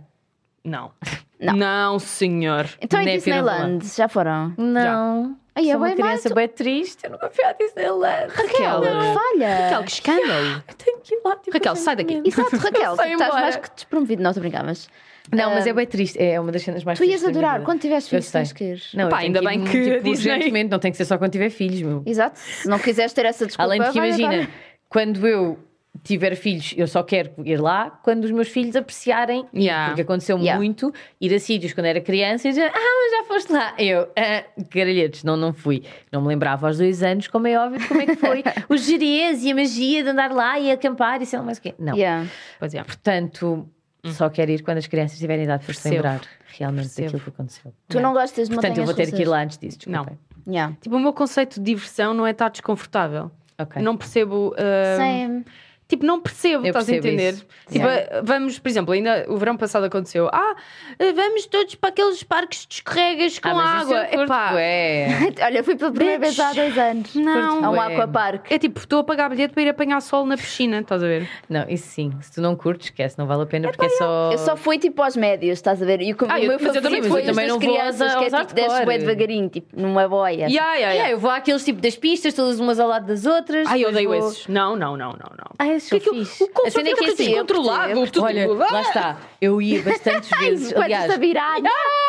Speaker 1: Não.
Speaker 2: Não.
Speaker 1: não. senhor. é
Speaker 2: Então em
Speaker 3: Nem a Pina
Speaker 2: Disneyland, já foram?
Speaker 3: Não.
Speaker 2: Ai, é
Speaker 3: Sou uma
Speaker 2: bem
Speaker 3: criança bem triste, eu nunca fui à Disneyland.
Speaker 2: Raquel, que falha!
Speaker 1: Raquel, que é escândalo.
Speaker 3: Eu tenho que ir lá. Tipo,
Speaker 1: Raquel,
Speaker 3: eu
Speaker 1: sai
Speaker 3: tenho
Speaker 1: daqui.
Speaker 3: medo.
Speaker 2: Exato, Raquel, é tu
Speaker 3: sei
Speaker 2: estás
Speaker 3: embora.
Speaker 2: mais que despromovido, não te brincavas.
Speaker 3: Não, mas é bem triste. É uma das cenas mais
Speaker 2: Tu ias
Speaker 3: tristes da minha
Speaker 2: adorar,
Speaker 3: vida.
Speaker 2: quando tiveres filhos,
Speaker 3: sei.
Speaker 2: tens que ir.
Speaker 3: Não, eu
Speaker 1: Pá,
Speaker 3: tenho
Speaker 1: ainda
Speaker 3: ir,
Speaker 1: bem que a
Speaker 3: tipo,
Speaker 1: Disney-
Speaker 3: urgentemente, Não tem que ser só quando tiver filhos, meu.
Speaker 2: Exato, se não quiseres ter essa desculpa,
Speaker 3: Além de que
Speaker 2: vai
Speaker 3: imagina,
Speaker 2: adorar.
Speaker 3: quando eu tiver filhos, eu só quero ir lá quando os meus filhos apreciarem. ir,
Speaker 1: Yeah.
Speaker 3: Porque aconteceu
Speaker 2: Yeah.
Speaker 3: muito ir a sítios quando era criança e dizer, ah, mas já foste lá. Eu, ah, caralhetes, não, não fui. Não me lembrava aos dois anos, como é óbvio, de como é que foi os gerês e a magia de andar lá e acampar e sei lá mais o quê. Não.
Speaker 2: Yeah.
Speaker 1: Pois é.
Speaker 3: Portanto, só quero ir quando as crianças tiverem idade para se
Speaker 1: Percebo.
Speaker 3: lembrar realmente
Speaker 1: Percebo.
Speaker 3: daquilo que aconteceu.
Speaker 2: Tu não gostas de
Speaker 3: Portanto, eu
Speaker 2: montanhas
Speaker 3: vou ter que ir lá antes disso.
Speaker 1: Não.
Speaker 3: desculpem.
Speaker 2: russas? Yeah.
Speaker 1: Tipo, o meu conceito de diversão não é estar desconfortável.
Speaker 3: Ok.
Speaker 1: Não percebo. ah,
Speaker 2: Same.
Speaker 1: Tipo, não percebo,
Speaker 3: Eu
Speaker 1: estás a
Speaker 3: percebo
Speaker 1: entender?
Speaker 3: isso.
Speaker 1: Tipo,
Speaker 2: Sim.
Speaker 1: ah, vamos, por exemplo, ainda o verão passado aconteceu. Ah, ah, vamos todos para aqueles parques de escorregas com
Speaker 3: Ah, mas isso
Speaker 1: água.
Speaker 3: eu curto,
Speaker 1: Epá,
Speaker 3: bué.
Speaker 2: Olha, fui pela primeira
Speaker 1: Bitch.
Speaker 2: vez há dois anos.
Speaker 1: não.
Speaker 2: A um
Speaker 3: Bué.
Speaker 2: aquapark.
Speaker 1: É tipo, estou a pagar bilhete para ir apanhar sol na piscina, estás a ver?
Speaker 3: Não, isso sim. Se tu não curtes, esquece, não vale a pena porque é só.
Speaker 2: Eu só fui tipo aos médios, estás a ver? E o que- o
Speaker 1: Ah, eu-
Speaker 2: meu
Speaker 1: mas eu
Speaker 2: favorito
Speaker 1: também fui,
Speaker 2: foi
Speaker 1: eu
Speaker 2: os
Speaker 3: também
Speaker 2: das
Speaker 3: não vou aos-
Speaker 2: crianças, que é
Speaker 3: aos
Speaker 2: tipo, desce
Speaker 3: hardcore.
Speaker 2: bué devagarinho, tipo, numa boia.
Speaker 1: Yeah, yeah, yeah.
Speaker 3: Yeah, eu vou àqueles tipo das pistas, todas umas ao lado das outras.
Speaker 1: Ai, eu
Speaker 3: depois
Speaker 1: odeio
Speaker 3: vou- Ah,
Speaker 1: esses. Não, não, não, não, não.
Speaker 3: Ai, eu
Speaker 2: vezes sou
Speaker 1: que aquilo-
Speaker 2: fixe.
Speaker 1: o consumo
Speaker 3: A cena é
Speaker 1: fica
Speaker 3: que assim, eu
Speaker 1: descontrolado. tu
Speaker 3: Olha,
Speaker 1: tipo,
Speaker 3: lá
Speaker 1: ah,
Speaker 3: está. Eu ia bastantes vezes.
Speaker 2: Quando
Speaker 3: Aliás,
Speaker 2: está virado.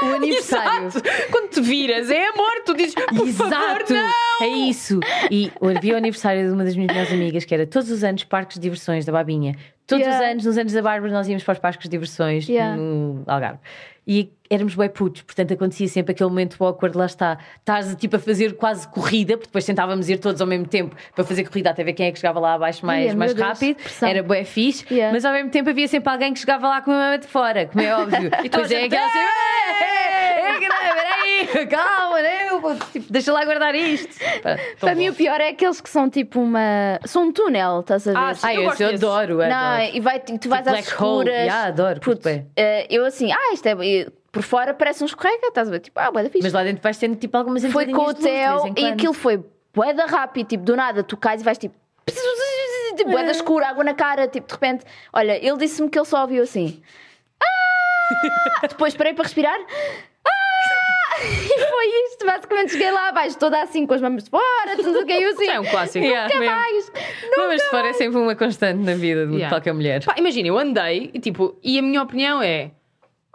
Speaker 3: o aniversário.
Speaker 1: Ah, Exato. Quando te viras, é amor, tu dizes, por favor,
Speaker 3: Exato!
Speaker 1: não.
Speaker 3: É isso! E havia o aniversário de uma das minhas melhores amigas, que era todos os anos parques de diversões da Babinha. Todos os
Speaker 2: Yeah.
Speaker 3: anos, nos anos da Bárbara, nós íamos para os parques de diversões
Speaker 2: Yeah.
Speaker 3: no Algarve. E éramos bem putos, portanto acontecia sempre aquele momento awkward, lá está. Estás tipo a fazer quase corrida, porque depois tentávamos ir todos ao mesmo tempo para fazer corrida até ver quem é que chegava lá abaixo mais,
Speaker 2: Ia,
Speaker 3: mais
Speaker 2: meu Deus,
Speaker 3: rápido.
Speaker 2: pressão.
Speaker 3: Era bué fixe,
Speaker 2: Yeah.
Speaker 3: mas ao mesmo tempo havia sempre alguém que chegava lá com a mama de fora, como é óbvio. E
Speaker 1: toda
Speaker 3: depois é
Speaker 1: a gente,
Speaker 3: aquela assim, "Ei, ei, ei, peraí, calma, né? Eu vou, tipo, deixa lá guardar isto. Pronto, tão
Speaker 2: Para mim, o
Speaker 3: bom.
Speaker 2: pior é aqueles que são tipo uma. São um túnel, estás a ver?
Speaker 1: Ah, sim.
Speaker 3: Ai,
Speaker 1: eu
Speaker 3: eu,
Speaker 1: gosto desse.
Speaker 3: adoro, adoro. Tipo
Speaker 2: Não, e vai, tu vais às
Speaker 3: Black Hole,
Speaker 2: escuras.
Speaker 3: yeah, adoro,
Speaker 2: Putz,
Speaker 3: puto, é.
Speaker 2: eh, eu assim, ah, isto é. eh, Por fora parece um escorrega, estás a ver? Tipo, ah, bué da fixe.
Speaker 3: Mas lá dentro vais tendo tipo algumas
Speaker 2: foi com o
Speaker 3: entradinhas de luz de vez
Speaker 2: Theo
Speaker 3: em
Speaker 2: e
Speaker 3: quando.
Speaker 2: aquilo foi bué da rápido, tipo, do nada tu cais e vais tipo. Tipo,
Speaker 3: É.
Speaker 2: bué da escura, água na cara, tipo, de repente. Olha, ele disse-me que ele só ouviu assim. Ah! Depois parei para respirar. Ah! E foi isto, basicamente cheguei lá abaixo, toda assim com as mamas de fora, tudo caiu assim.
Speaker 1: É um clássico.
Speaker 3: Yeah,
Speaker 2: Nunca
Speaker 3: mesmo.
Speaker 2: mais.
Speaker 3: Não, mas fora é sempre uma constante na vida de
Speaker 1: Yeah.
Speaker 3: qualquer mulher.
Speaker 1: Pá, imagina, eu andei e tipo, e a minha opinião é.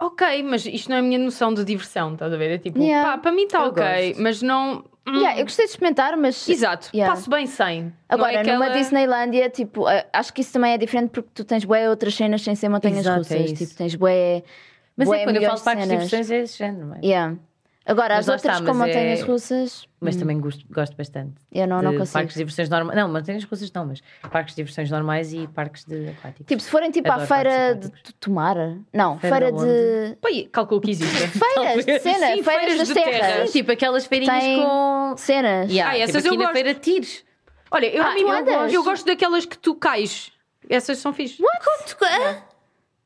Speaker 1: Ok, mas isto não é a minha noção de diversão, estás a ver? É tipo,
Speaker 2: Yeah.
Speaker 1: pá, para mim está
Speaker 3: Eu
Speaker 1: ok,
Speaker 3: gosto.
Speaker 1: mas não. hum,
Speaker 2: Yeah, eu gostei de experimentar, mas.
Speaker 1: Exato,
Speaker 2: Yeah.
Speaker 1: passo bem sem.
Speaker 2: Agora,
Speaker 1: não é aquela...
Speaker 2: numa Disneylândia, tipo, eh, acho que isso também é diferente porque tu tens bué outras cenas sem ser montanhas
Speaker 3: Exato,
Speaker 2: russas.
Speaker 3: é isso.
Speaker 2: tipo, tens bué.
Speaker 3: Mas
Speaker 2: bué
Speaker 3: é quando eu falo
Speaker 2: melhores
Speaker 3: de parques de
Speaker 2: cenas.
Speaker 3: diversões é esse género, não é?
Speaker 2: Yeah. Agora,
Speaker 3: Mas
Speaker 2: as
Speaker 3: lá
Speaker 2: outras
Speaker 3: está,
Speaker 2: com
Speaker 3: mas é-
Speaker 2: montanhas russas,
Speaker 3: Mas também gosto, gosto bastante.
Speaker 2: eu não,
Speaker 3: de
Speaker 2: não consigo.
Speaker 3: Parques de diversões normais. Não, montanhas russas não, mas parques de diversões normais e parques de aquáticos.
Speaker 2: Tipo, se forem tipo à
Speaker 3: Adoro
Speaker 2: feira
Speaker 3: parques
Speaker 2: de
Speaker 3: aquáticos.
Speaker 2: Tu- Tomara. Não,
Speaker 3: Feira
Speaker 2: feira
Speaker 3: da
Speaker 2: de.
Speaker 1: Pá, e calculo que existe.
Speaker 2: Feiras de
Speaker 3: Talvez.
Speaker 2: cena,
Speaker 1: Sim,
Speaker 2: feiras,
Speaker 1: feiras
Speaker 2: das
Speaker 1: de
Speaker 2: terras.
Speaker 1: terras.
Speaker 3: tipo aquelas feirinhas
Speaker 2: Tem-
Speaker 3: com.
Speaker 2: Cenas.
Speaker 3: Yeah,
Speaker 1: Ah,
Speaker 3: tipo
Speaker 1: essas eu
Speaker 3: aqui na
Speaker 1: gosto.
Speaker 3: feira de tires.
Speaker 1: Olha, eu,
Speaker 2: Ah,
Speaker 1: a mim- eu
Speaker 2: ondas?
Speaker 1: gosto- eu gosto daquelas que tu cais. Essas são fixe.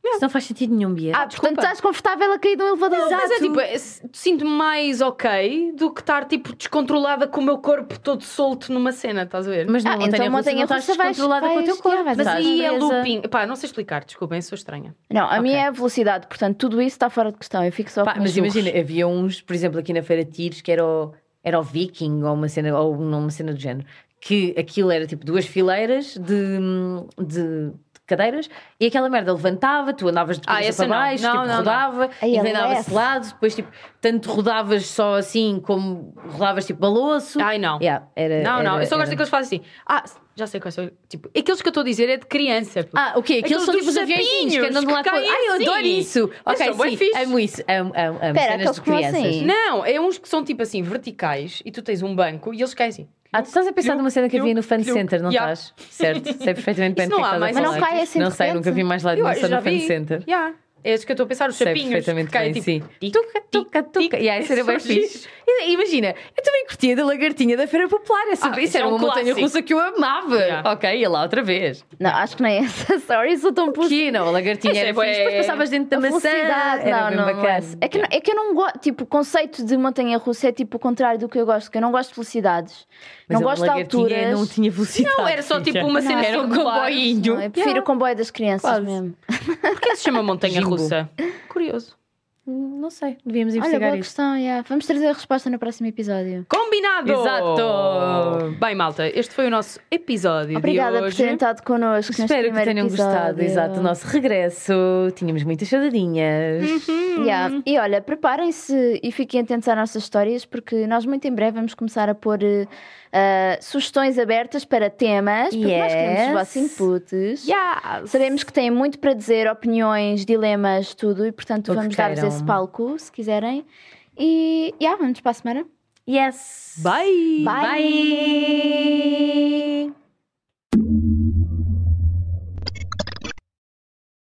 Speaker 3: Isso não faz sentido nenhum, Bia.
Speaker 2: Ah, portanto,
Speaker 1: desculpa.
Speaker 2: estás confortável a cair de um elevador.
Speaker 1: Mas é tipo, é, s- sinto-me mais ok do que estar tipo descontrolada com o meu corpo todo solto numa cena, estás a ver?
Speaker 3: Mas
Speaker 2: Ah,
Speaker 3: na
Speaker 2: então
Speaker 3: montanha russa
Speaker 2: montanha
Speaker 3: não estás
Speaker 2: russa vais-
Speaker 3: descontrolada com o teu
Speaker 2: vais-
Speaker 3: corpo.
Speaker 2: yeah,
Speaker 1: Mas
Speaker 2: vais-
Speaker 3: estás
Speaker 1: aí é
Speaker 3: presa.
Speaker 1: looping. Pá, não sei explicar, desculpem, sou estranha.
Speaker 2: Não, a
Speaker 3: Ok.
Speaker 2: minha é a velocidade, portanto, tudo isso está fora de questão. Eu fico só
Speaker 3: Pá,
Speaker 2: com os
Speaker 3: mas
Speaker 2: urros.
Speaker 3: imagina, havia uns, por exemplo, aqui na feira de tires, que era o, era o Viking ou uma cena, ou não, uma cena do género, que aquilo era tipo duas fileiras de. de de cadeiras e aquela merda levantava, tu andavas de
Speaker 1: Ah,
Speaker 3: cabeça
Speaker 1: essa
Speaker 3: para
Speaker 1: não.
Speaker 3: baixo,
Speaker 1: Não,
Speaker 3: tipo,
Speaker 1: não, não.
Speaker 3: rodava,
Speaker 2: Ai,
Speaker 3: inclinava-se
Speaker 2: essa.
Speaker 3: de lado, depois tipo, tanto rodavas só assim como rolavas tipo baloço.
Speaker 1: Ai não.
Speaker 3: Yeah, era,
Speaker 1: Não, não,
Speaker 3: era-
Speaker 1: eu só gosto
Speaker 3: era-
Speaker 1: daqueles que fazem assim. Ah, já sei quais são. Tipo, aqueles que eu estou a dizer é de criança. puto.
Speaker 3: Ah, o quê? Aqueles
Speaker 1: Aqueles
Speaker 3: são tipo os
Speaker 1: dos
Speaker 3: aviões que
Speaker 1: sapinhos
Speaker 3: andam de um lado
Speaker 1: que
Speaker 3: para o outro. Ai,
Speaker 1: caem
Speaker 3: eu adoro
Speaker 1: assim.
Speaker 3: isso!
Speaker 1: Mas
Speaker 3: Ok,
Speaker 1: são bué
Speaker 3: sim,
Speaker 1: fixe.
Speaker 3: amo isso, amo, amo, amo.
Speaker 2: Espera,
Speaker 3: cenas
Speaker 2: aqueles
Speaker 3: de
Speaker 2: que vão
Speaker 3: crianças.
Speaker 2: assim?
Speaker 1: Não, é uns que são tipo assim, verticais e tu tens um banco e eles caem assim.
Speaker 3: Ah, tu estás a pensar
Speaker 1: Cluc,
Speaker 3: numa cena que havia no
Speaker 1: cluc,
Speaker 3: Fan
Speaker 1: cluc.
Speaker 3: Center, não
Speaker 1: Yeah.
Speaker 3: estás? Certo, sei perfeitamente bem
Speaker 1: Isso
Speaker 3: do que
Speaker 1: não há
Speaker 3: estás a
Speaker 1: mais
Speaker 3: falar.
Speaker 2: Mas não cai assim de
Speaker 3: Não sei,
Speaker 2: repente?
Speaker 3: nunca vi mais lá de
Speaker 1: Eu
Speaker 3: nenhum, só
Speaker 1: já
Speaker 3: no Fan
Speaker 1: vi.
Speaker 3: Center.
Speaker 1: Yeah. É isso que eu estou a pensar, os
Speaker 3: Sei
Speaker 1: chapinhos que
Speaker 3: perfeitamente
Speaker 1: caem
Speaker 3: bem,
Speaker 1: tipo.
Speaker 3: sim. Tuca, tuca, tuca. Yeah, isso era bem
Speaker 1: São giros.
Speaker 3: fixe. E- Imagina, eu também curtia da lagartinha da Feira Popular. Essa,
Speaker 1: Ah,
Speaker 3: isso
Speaker 1: isso
Speaker 3: era
Speaker 1: é um
Speaker 3: uma montanha
Speaker 1: clássico.
Speaker 3: russa que eu amava.
Speaker 1: Yeah.
Speaker 3: Ok, ia lá outra vez.
Speaker 2: Não, acho que não é essa. Sorry, sou tão puxa.
Speaker 3: Que não, a lagartinha
Speaker 1: Essa
Speaker 3: era
Speaker 1: é
Speaker 3: fixe.
Speaker 1: bué-
Speaker 3: Depois passavas dentro da
Speaker 2: A
Speaker 3: maçã.
Speaker 2: velocidade,
Speaker 3: Era
Speaker 2: não,
Speaker 3: bem
Speaker 2: não, não é
Speaker 3: bacana.
Speaker 2: essa. é, que, não- é que eu não gosto, tipo, o conceito de montanha russa é tipo o contrário do que eu gosto, que eu não gosto de velocidades,
Speaker 3: Mas
Speaker 2: não
Speaker 3: a
Speaker 2: gosto de
Speaker 3: lagartinha é
Speaker 2: alturas.
Speaker 3: não tinha velocidade.
Speaker 1: Não, era só tipo
Speaker 3: filha.
Speaker 1: uma cena
Speaker 3: Era um
Speaker 1: circular.
Speaker 3: comboinho.
Speaker 2: Não,
Speaker 1: é
Speaker 2: eu prefiro o comboio das crianças
Speaker 3: Quase.
Speaker 2: mesmo.
Speaker 1: Porquê que se chama montanha
Speaker 3: Jimbo.
Speaker 1: russa? Curioso.
Speaker 3: Não sei, devíamos
Speaker 2: Olha,
Speaker 3: investigar
Speaker 2: boa
Speaker 3: isso.
Speaker 2: questão, yeah. vamos trazer a resposta no próximo episódio.
Speaker 1: Combinado!
Speaker 3: Exato.
Speaker 1: Bem, malta, este foi o nosso episódio
Speaker 2: Obrigada
Speaker 1: de
Speaker 2: por
Speaker 1: hoje.
Speaker 2: terem estado connosco. neste
Speaker 3: Espero que
Speaker 2: primeiro
Speaker 3: tenham gostado,
Speaker 2: episódio.
Speaker 3: exato, do nosso regresso. Tínhamos muitas saudadinhas.
Speaker 2: Uhum. Yeah. E olha, preparem-se e fiquem atentos às nossas histórias, porque nós muito em breve vamos começar a pôr eh, ah, sugestões abertas para temas, porque nós queremos os vossos
Speaker 3: Yes.
Speaker 2: inputs.
Speaker 1: Yes.
Speaker 2: Sabemos que têm muito para dizer, opiniões, dilemas, tudo, e portanto
Speaker 3: O que
Speaker 2: vamos dar-vos
Speaker 3: queiram.
Speaker 2: esse palco, se quiserem. E yeah, vamos para a semana.
Speaker 3: Yes.
Speaker 1: Bye!
Speaker 2: Bye.
Speaker 3: Bye.